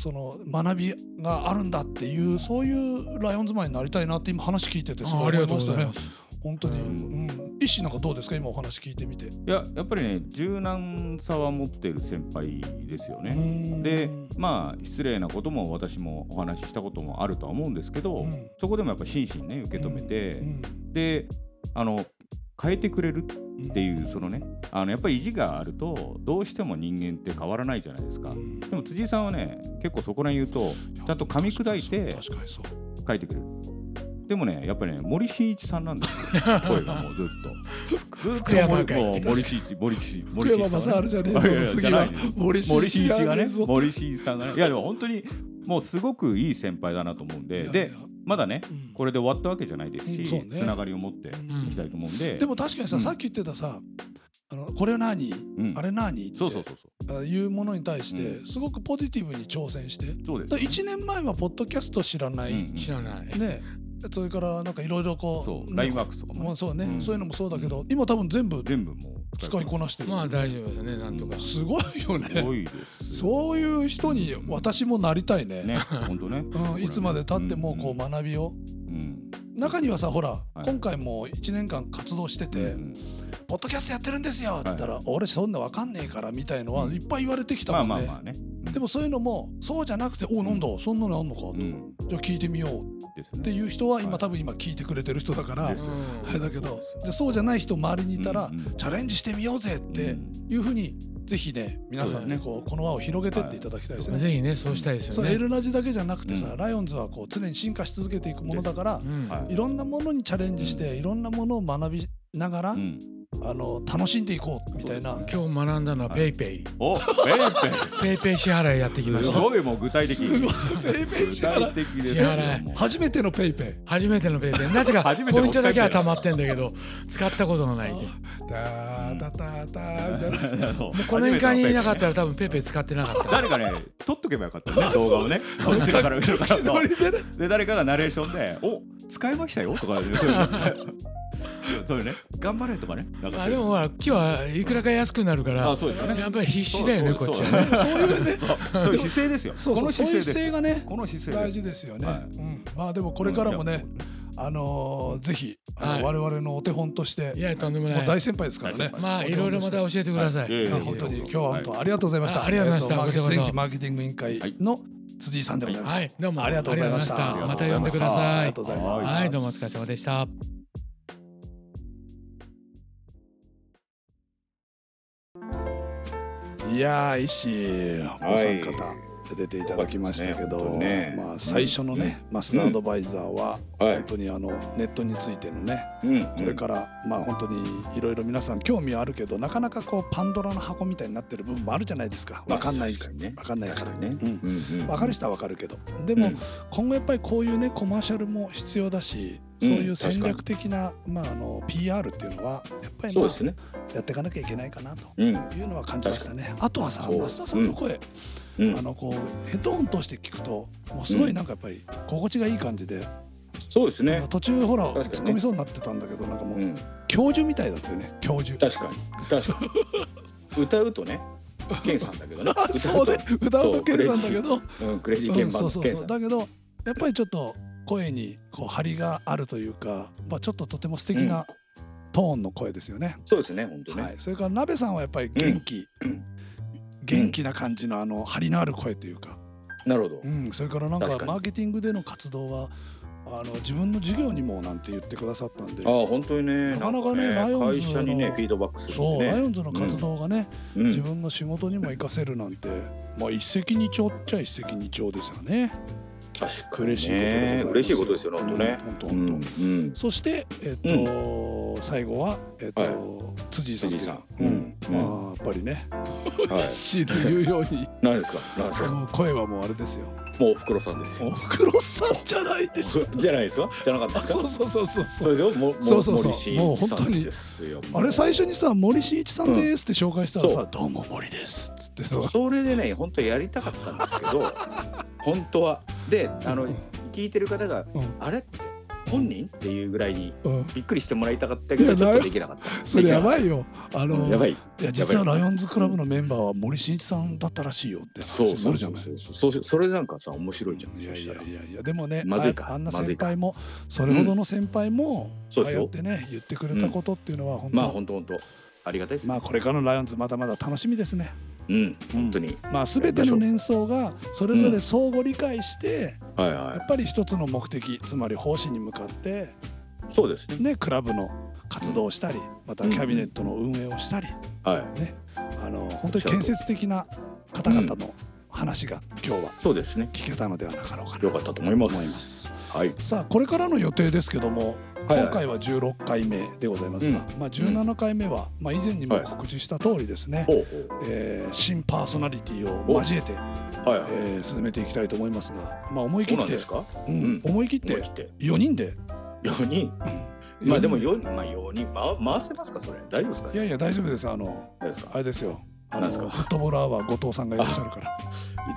[SPEAKER 1] その学びがあるんだっていうそういうライオンズマンになりたいなって今話聞いててす
[SPEAKER 8] あ
[SPEAKER 1] ご
[SPEAKER 8] あ
[SPEAKER 1] い
[SPEAKER 8] り
[SPEAKER 1] 思
[SPEAKER 8] が
[SPEAKER 1] い
[SPEAKER 8] とう
[SPEAKER 1] ま
[SPEAKER 8] ご
[SPEAKER 1] した
[SPEAKER 8] ざい
[SPEAKER 1] ね
[SPEAKER 8] ま。す。
[SPEAKER 1] 本当に、う、
[SPEAKER 8] うん
[SPEAKER 1] 医師なんかどうですか今お話聞いてみて。
[SPEAKER 4] いややっぱりね柔軟さは持ってる先輩ですよねでまあ失礼なことも私もお話ししたこともあるとは思うんですけど
[SPEAKER 1] うん
[SPEAKER 4] そこでもやっぱ真摯にね受け止めて
[SPEAKER 1] うん
[SPEAKER 4] であの変えてくれるっていうそのねあのやっぱり意地があるとどうしても人間って変わらないじゃないですか、でも辻井さんはね結構そこら辺言うとちゃんと噛み砕いて
[SPEAKER 1] 確かにそう
[SPEAKER 4] 書いてくれるでもねやっぱりね森進一さんなんですよ 声がもうずっとずっ
[SPEAKER 8] 福山
[SPEAKER 4] と
[SPEAKER 8] が
[SPEAKER 4] も
[SPEAKER 8] 言っ
[SPEAKER 4] う
[SPEAKER 8] て
[SPEAKER 4] 森進一森進一森
[SPEAKER 1] 福
[SPEAKER 4] 進
[SPEAKER 1] 山
[SPEAKER 4] 一
[SPEAKER 1] 雅
[SPEAKER 4] さんは
[SPEAKER 1] 治
[SPEAKER 4] ね
[SPEAKER 1] じゃね
[SPEAKER 4] いやい
[SPEAKER 1] え
[SPEAKER 4] や
[SPEAKER 1] ぞ
[SPEAKER 4] じ
[SPEAKER 1] 次
[SPEAKER 4] ゃな
[SPEAKER 1] はい森進
[SPEAKER 4] 森
[SPEAKER 1] 一
[SPEAKER 4] 進一がね
[SPEAKER 1] ぞ
[SPEAKER 4] 森進一さんがねいやでも本当にもうすごくいい先輩だなと思うん
[SPEAKER 1] いやい
[SPEAKER 4] で
[SPEAKER 1] や
[SPEAKER 4] でまだね
[SPEAKER 1] うん
[SPEAKER 4] これで終わったわけじゃないです
[SPEAKER 1] うん
[SPEAKER 4] しつ
[SPEAKER 1] そうね
[SPEAKER 4] ながりを持っていきたいと思うんで
[SPEAKER 1] でも確かにさ、
[SPEAKER 4] うん
[SPEAKER 1] さっき言ってたさあのこれ何、
[SPEAKER 4] うん
[SPEAKER 1] あれ何って
[SPEAKER 4] そうそうそうそう
[SPEAKER 1] あいうものに対して、
[SPEAKER 4] う
[SPEAKER 1] すごくポジティブに挑戦して
[SPEAKER 4] そうです
[SPEAKER 1] だ1年前はポッドキャスト知らない、
[SPEAKER 4] うんうん
[SPEAKER 8] 知らない。
[SPEAKER 1] ねそれからなんかいろいろこう
[SPEAKER 4] そう
[SPEAKER 1] ね
[SPEAKER 4] ラインワークスとか
[SPEAKER 1] も
[SPEAKER 4] も
[SPEAKER 1] う
[SPEAKER 4] ね
[SPEAKER 1] そうね、
[SPEAKER 4] うん
[SPEAKER 1] そういうのもそうだけど、今多分全部
[SPEAKER 4] 全部もう
[SPEAKER 1] 使いこなしてる、
[SPEAKER 8] まあ大丈夫ですね、なんとか。
[SPEAKER 1] すごいよ
[SPEAKER 4] すご
[SPEAKER 1] ね
[SPEAKER 4] いです
[SPEAKER 1] そういう人に私もなりたいね
[SPEAKER 4] ね本当ね
[SPEAKER 1] うん、いつまでたってもこう学びを、
[SPEAKER 4] うん
[SPEAKER 1] 中にはさほら、
[SPEAKER 4] い
[SPEAKER 1] 今回も1年間活動してて、
[SPEAKER 4] うん
[SPEAKER 1] ポッドキャストやってるんですよ」って言ったら「
[SPEAKER 4] はい
[SPEAKER 1] 俺そんなわかんねえから」みたいのは
[SPEAKER 4] うん
[SPEAKER 1] いっぱい言われてきた
[SPEAKER 4] まあ
[SPEAKER 1] もんね、
[SPEAKER 4] まあまあねうん
[SPEAKER 1] でもそういうのもそうじゃなくて「おなんだそんなのあんのか」と、
[SPEAKER 4] うん
[SPEAKER 1] じゃあ聞いてみよう」
[SPEAKER 4] ですね
[SPEAKER 1] っていう人は今、
[SPEAKER 4] はい
[SPEAKER 1] 多分今聞いてくれてる人だから
[SPEAKER 4] ですよ
[SPEAKER 8] うん
[SPEAKER 1] あれだけ
[SPEAKER 4] そう
[SPEAKER 1] ど
[SPEAKER 4] ですよ
[SPEAKER 1] じゃあそうじゃない人周りにいたら、
[SPEAKER 4] うんうん
[SPEAKER 1] チャレンジしてみようぜっていうふうに、ぜひね皆さんねこうこの輪を広げてっていただきたいですね。
[SPEAKER 8] ぜひね、そうしたいです
[SPEAKER 1] そ
[SPEAKER 8] よ
[SPEAKER 1] うエ
[SPEAKER 8] ね。
[SPEAKER 1] ルラジだけじゃなくてさ、
[SPEAKER 4] うん
[SPEAKER 1] ライオンズはこう常に進化し続けていくものだから
[SPEAKER 8] う、ん
[SPEAKER 4] はい
[SPEAKER 1] いろんなものにチャレンジして、いろんなものを学びながら、
[SPEAKER 4] うんうん
[SPEAKER 1] あの楽しんでいこうみたいな、
[SPEAKER 4] そうですね
[SPEAKER 8] 今日学んだのは
[SPEAKER 4] はい
[SPEAKER 8] ペイペイ。
[SPEAKER 4] おベー
[SPEAKER 8] ペイペイ支払いやってき
[SPEAKER 4] ペ
[SPEAKER 8] ま
[SPEAKER 4] ー
[SPEAKER 8] し
[SPEAKER 4] す
[SPEAKER 8] た。
[SPEAKER 4] ごいもう具体的
[SPEAKER 1] すごいペイペイ
[SPEAKER 4] 具
[SPEAKER 1] 支払
[SPEAKER 4] 体的
[SPEAKER 1] い
[SPEAKER 4] です
[SPEAKER 8] 支払い
[SPEAKER 4] もう
[SPEAKER 1] 初めてのペイペイ
[SPEAKER 8] 初めてのペイペイ。なぜか
[SPEAKER 4] 初めての
[SPEAKER 8] ポイントだけは溜まってんだけど、使ったことのないんで。も
[SPEAKER 1] だーだだーだーみたいな
[SPEAKER 8] うこの床にいなかった
[SPEAKER 4] ら
[SPEAKER 8] ら多分ペイペイ使ってなかった。
[SPEAKER 4] 誰かね撮っとけばよかった ね動画をね後ろから後ろから
[SPEAKER 1] 口のりでね
[SPEAKER 4] で誰かがナレーションで「お使いましたよ」 とかそういうのねそういうね「頑張れ」とかねなんか
[SPEAKER 8] あ
[SPEAKER 4] そうい
[SPEAKER 8] で
[SPEAKER 4] う
[SPEAKER 8] もほら、今日はいくらか安くなるから
[SPEAKER 4] あ、そうですよね
[SPEAKER 8] やっぱり必死だよね、こ
[SPEAKER 4] そう
[SPEAKER 8] っち
[SPEAKER 4] そう
[SPEAKER 8] はね。
[SPEAKER 1] そういうね
[SPEAKER 4] そういう姿勢ですよ
[SPEAKER 1] そう
[SPEAKER 4] こ
[SPEAKER 1] そう
[SPEAKER 4] の
[SPEAKER 1] そう
[SPEAKER 4] 姿
[SPEAKER 1] い
[SPEAKER 4] 勢で
[SPEAKER 1] う
[SPEAKER 4] す
[SPEAKER 1] 姿勢がね
[SPEAKER 4] この姿勢
[SPEAKER 1] 大事ですよね、
[SPEAKER 4] はい
[SPEAKER 1] うん、まあでもこれからもね、あのーぜひあの、
[SPEAKER 8] はい
[SPEAKER 1] 我々のお手本として
[SPEAKER 8] いや、とんでも
[SPEAKER 1] もう
[SPEAKER 8] な
[SPEAKER 1] 大
[SPEAKER 8] い。
[SPEAKER 1] 先輩ですからね
[SPEAKER 8] まあ、いろいろまた教えてくださ
[SPEAKER 4] は
[SPEAKER 8] い。
[SPEAKER 4] いいえいえいえ
[SPEAKER 1] いや本当に今日は本当ありがとうございました、
[SPEAKER 8] はいありがとうございました
[SPEAKER 1] えーマーケ
[SPEAKER 8] こちらこそ
[SPEAKER 1] 前期マーケティング委員会の辻井さんでございました、
[SPEAKER 8] はい、どうも
[SPEAKER 1] ありがとうございました
[SPEAKER 8] ありがとうございましたまた呼んでくだ
[SPEAKER 1] あ
[SPEAKER 8] さ
[SPEAKER 1] りが
[SPEAKER 8] い
[SPEAKER 1] と。うございます、
[SPEAKER 8] はい、どうもお疲れ様でした。
[SPEAKER 1] いやー石お三方、
[SPEAKER 2] は
[SPEAKER 1] 出ていただきましたけ
[SPEAKER 2] そう
[SPEAKER 1] ど、
[SPEAKER 2] ですね
[SPEAKER 1] まあ、最初のね、マスターアドバイザーは
[SPEAKER 2] は
[SPEAKER 1] 本
[SPEAKER 2] い。
[SPEAKER 1] 当にあのネットについてのね
[SPEAKER 2] うん。
[SPEAKER 1] これから、まあ本当にいろいろ皆さん興味はあるけどなかなかこうパンドラの箱みたいになってる部分もあるじゃないですか
[SPEAKER 2] ま
[SPEAKER 1] わ
[SPEAKER 2] あ
[SPEAKER 1] かんない
[SPEAKER 2] 確かにね
[SPEAKER 1] わかんない
[SPEAKER 2] 確
[SPEAKER 1] か
[SPEAKER 2] からにね。
[SPEAKER 1] うん
[SPEAKER 2] うんうん
[SPEAKER 1] わかる人はわかるけどでも、
[SPEAKER 2] うん
[SPEAKER 1] 今後やっぱりこういうねコマーシャルも必要だしそういう戦略的な、まあ、あの PR っていうのはやっぱり、
[SPEAKER 2] そう
[SPEAKER 1] ま
[SPEAKER 2] ですね。
[SPEAKER 1] あ、やっていかなきゃいけないかなと
[SPEAKER 2] うん。
[SPEAKER 1] いうのは感じましたね。あとはさ
[SPEAKER 2] そう
[SPEAKER 1] 増田さんの声、
[SPEAKER 2] うん
[SPEAKER 1] あ。のこうヘッドホン通して聞くともうすごいなんかやっぱり心地がいい感じで、
[SPEAKER 2] そうですね。
[SPEAKER 1] 途中ほら
[SPEAKER 2] 確かにね
[SPEAKER 1] 突っ込みそうになってたんだけどなんかもう、
[SPEAKER 2] うん。
[SPEAKER 1] 教授みたいだったよね教授。
[SPEAKER 2] 確かに。確かに。歌う とね。ケンさんだけどね。
[SPEAKER 1] あ そうね歌うとケンさんだけど
[SPEAKER 2] と。うん。クレイジーケ
[SPEAKER 1] う
[SPEAKER 2] ン
[SPEAKER 1] ん
[SPEAKER 2] バ
[SPEAKER 1] そ
[SPEAKER 2] ン
[SPEAKER 1] う
[SPEAKER 2] ド
[SPEAKER 1] そう
[SPEAKER 2] ケン
[SPEAKER 1] そ
[SPEAKER 2] さ。
[SPEAKER 1] うんだけどやっぱりちょっと声にこう張りがあるというか、まあ、ちょっととても素敵なトーンの声ですよね、
[SPEAKER 2] そうですね。本当
[SPEAKER 1] はい
[SPEAKER 2] ね。、
[SPEAKER 1] それから鍋さんはやっぱり元気、元気な感じのあの張りのある声というか、
[SPEAKER 2] なるほど
[SPEAKER 1] う。ん、それからなんか
[SPEAKER 2] 確かに
[SPEAKER 1] マーケティングでの活動はあの自分の授業にもなんて言ってくださったんで
[SPEAKER 2] ああ本当にね。
[SPEAKER 1] なかなかね
[SPEAKER 2] ん
[SPEAKER 1] ライオンズ
[SPEAKER 2] 会社にね
[SPEAKER 1] の
[SPEAKER 2] フィードバックする
[SPEAKER 1] そ
[SPEAKER 2] ん
[SPEAKER 1] う、
[SPEAKER 2] で
[SPEAKER 1] ライ
[SPEAKER 2] ね。
[SPEAKER 1] オンズの活動がね、
[SPEAKER 2] う
[SPEAKER 1] 自
[SPEAKER 2] ん。
[SPEAKER 1] 分の仕事にも生かせるなんて、まあ、一石二鳥っちゃ一石二鳥ですよね。
[SPEAKER 2] 確かにね。
[SPEAKER 1] 嬉しいことでございます
[SPEAKER 2] 嬉しいことですよね。本当ね。
[SPEAKER 1] 本当
[SPEAKER 2] う
[SPEAKER 1] 本当。
[SPEAKER 2] ん。うん。
[SPEAKER 1] そして、えっと最後は、えっと
[SPEAKER 2] はい
[SPEAKER 1] 辻井さんとい
[SPEAKER 2] 辻
[SPEAKER 1] う
[SPEAKER 2] 井
[SPEAKER 1] う
[SPEAKER 2] さん。うんん。
[SPEAKER 1] まあ、やっぱりね、
[SPEAKER 2] はい。
[SPEAKER 1] C というように、
[SPEAKER 2] 何ですか。何ですか。
[SPEAKER 1] もう声はもうあれですよ。
[SPEAKER 2] もう袋さんです
[SPEAKER 1] お
[SPEAKER 2] よ。
[SPEAKER 1] ふくろさんじゃないでしょ。
[SPEAKER 2] じゃないですか。じゃなかった
[SPEAKER 1] あ
[SPEAKER 2] です
[SPEAKER 1] そ。う
[SPEAKER 2] か
[SPEAKER 1] そうそうそうそ
[SPEAKER 2] そう
[SPEAKER 1] う。
[SPEAKER 2] ですよ。もも
[SPEAKER 1] そうそうそう
[SPEAKER 2] 森進一さんですよ。
[SPEAKER 1] あれ最初にさ森進一さんですって紹介したらさ、
[SPEAKER 2] う
[SPEAKER 1] どうも森ですっつってさ、
[SPEAKER 2] それでね本当はやりたかったんです けど本当はであの聞いてる方が「
[SPEAKER 1] うん
[SPEAKER 2] あれ?」って本人っていうぐらいに
[SPEAKER 1] うん、
[SPEAKER 2] びっくりしてもらいたかったけどちょっとできなかった
[SPEAKER 1] それやば
[SPEAKER 2] い
[SPEAKER 1] いよ。あの
[SPEAKER 2] やばい
[SPEAKER 1] いや実はライオンズクラブのメンバーは森進一さんだったらしいよって話
[SPEAKER 2] そう
[SPEAKER 1] にな
[SPEAKER 2] そう
[SPEAKER 1] るじゃ
[SPEAKER 2] そ
[SPEAKER 1] な
[SPEAKER 2] う
[SPEAKER 1] い。
[SPEAKER 2] そうそうそうそれなんかさ面白いじゃん
[SPEAKER 1] い
[SPEAKER 2] そ
[SPEAKER 1] やい
[SPEAKER 2] した
[SPEAKER 1] や
[SPEAKER 2] ら
[SPEAKER 1] いやいやでもね
[SPEAKER 2] まずいか
[SPEAKER 1] ああんな
[SPEAKER 2] まず
[SPEAKER 1] 先
[SPEAKER 2] いか
[SPEAKER 1] 輩もそれほどの先輩も、
[SPEAKER 2] そう
[SPEAKER 1] あ
[SPEAKER 2] で
[SPEAKER 1] あ
[SPEAKER 2] す
[SPEAKER 1] やっ
[SPEAKER 2] よ
[SPEAKER 1] てね言ってくれたことっていうのは本当、
[SPEAKER 2] まあ本当本当ありがたいです
[SPEAKER 1] まあこれからのライオンズまだまだ楽しみですね。
[SPEAKER 2] うん本当に
[SPEAKER 1] まあ全ての年層がそれぞれ相互理解して、
[SPEAKER 2] はいは
[SPEAKER 1] や
[SPEAKER 2] い
[SPEAKER 1] っぱり一つの目的つまり奉仕に向かって
[SPEAKER 2] そうですね
[SPEAKER 1] ねクラブの活動したりまたキャビネットの運営をしたり、
[SPEAKER 2] はい。
[SPEAKER 1] あの本当に建設的な方々の話が今日は
[SPEAKER 2] そうですね。
[SPEAKER 1] 聞けたのではなかろうかな
[SPEAKER 2] よかったと思います。
[SPEAKER 1] 思います
[SPEAKER 2] はい。
[SPEAKER 1] さあこれからの予定ですけども、
[SPEAKER 2] はい
[SPEAKER 1] 今回は16回目でございますが、まあ、17回目は、まあ、以前にも告知した通りですね、
[SPEAKER 2] おう
[SPEAKER 1] えー新パーソナリティを交えて、
[SPEAKER 2] おうはい
[SPEAKER 1] え
[SPEAKER 2] はい。
[SPEAKER 1] ー進めていきたいと思いますが、まあ、思い切
[SPEAKER 2] そう
[SPEAKER 1] っ
[SPEAKER 2] なん
[SPEAKER 1] て
[SPEAKER 2] ですか。
[SPEAKER 1] うん
[SPEAKER 2] うん
[SPEAKER 1] 思い切っ
[SPEAKER 2] 思
[SPEAKER 1] て
[SPEAKER 2] い切って
[SPEAKER 1] 4人で
[SPEAKER 2] 四人。まあでも
[SPEAKER 1] 四人
[SPEAKER 2] 四まあ四人ま回せますかそれ大丈夫ですか
[SPEAKER 1] でい。やいや大丈夫ですあの
[SPEAKER 2] 大丈夫ですか。
[SPEAKER 1] あれですよあの
[SPEAKER 2] なんです
[SPEAKER 1] フ
[SPEAKER 2] か
[SPEAKER 1] ットボールアワー後藤さんがいらっしゃるから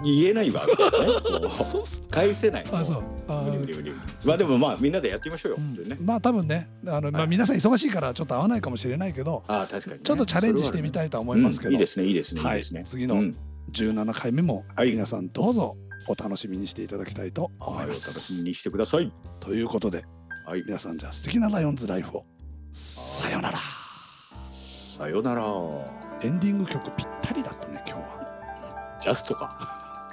[SPEAKER 2] 言えないわ。みたいなねこう
[SPEAKER 1] そうそう
[SPEAKER 2] 返せない。
[SPEAKER 1] あそうあ
[SPEAKER 2] 無理無理無理。まあでもまあみんなでやってみましょうよ。本当にね。
[SPEAKER 1] まあ多分ねあの、まあ、
[SPEAKER 2] はい
[SPEAKER 1] 皆さん忙しいからちょっと合わないかもしれないけど
[SPEAKER 2] ああ確かにね、
[SPEAKER 1] ちょっとチャレンジしてみ
[SPEAKER 2] い
[SPEAKER 1] たいと思いますけど、
[SPEAKER 2] いいですねいいですねいい
[SPEAKER 1] はい
[SPEAKER 2] ですね。
[SPEAKER 1] 次の
[SPEAKER 2] うん
[SPEAKER 1] 17回目も
[SPEAKER 2] はい
[SPEAKER 1] 皆さんどうぞお楽しみにしていただきたいと思
[SPEAKER 2] はいいお
[SPEAKER 1] ま
[SPEAKER 2] 楽
[SPEAKER 1] す。
[SPEAKER 2] しみにしてください。
[SPEAKER 1] ということで
[SPEAKER 2] はい。
[SPEAKER 1] 皆さんじゃあ素敵なライオンズライフをさよなら
[SPEAKER 2] さよなら。
[SPEAKER 1] エンディング曲ぴったりだったね今日は。
[SPEAKER 2] ジャストか。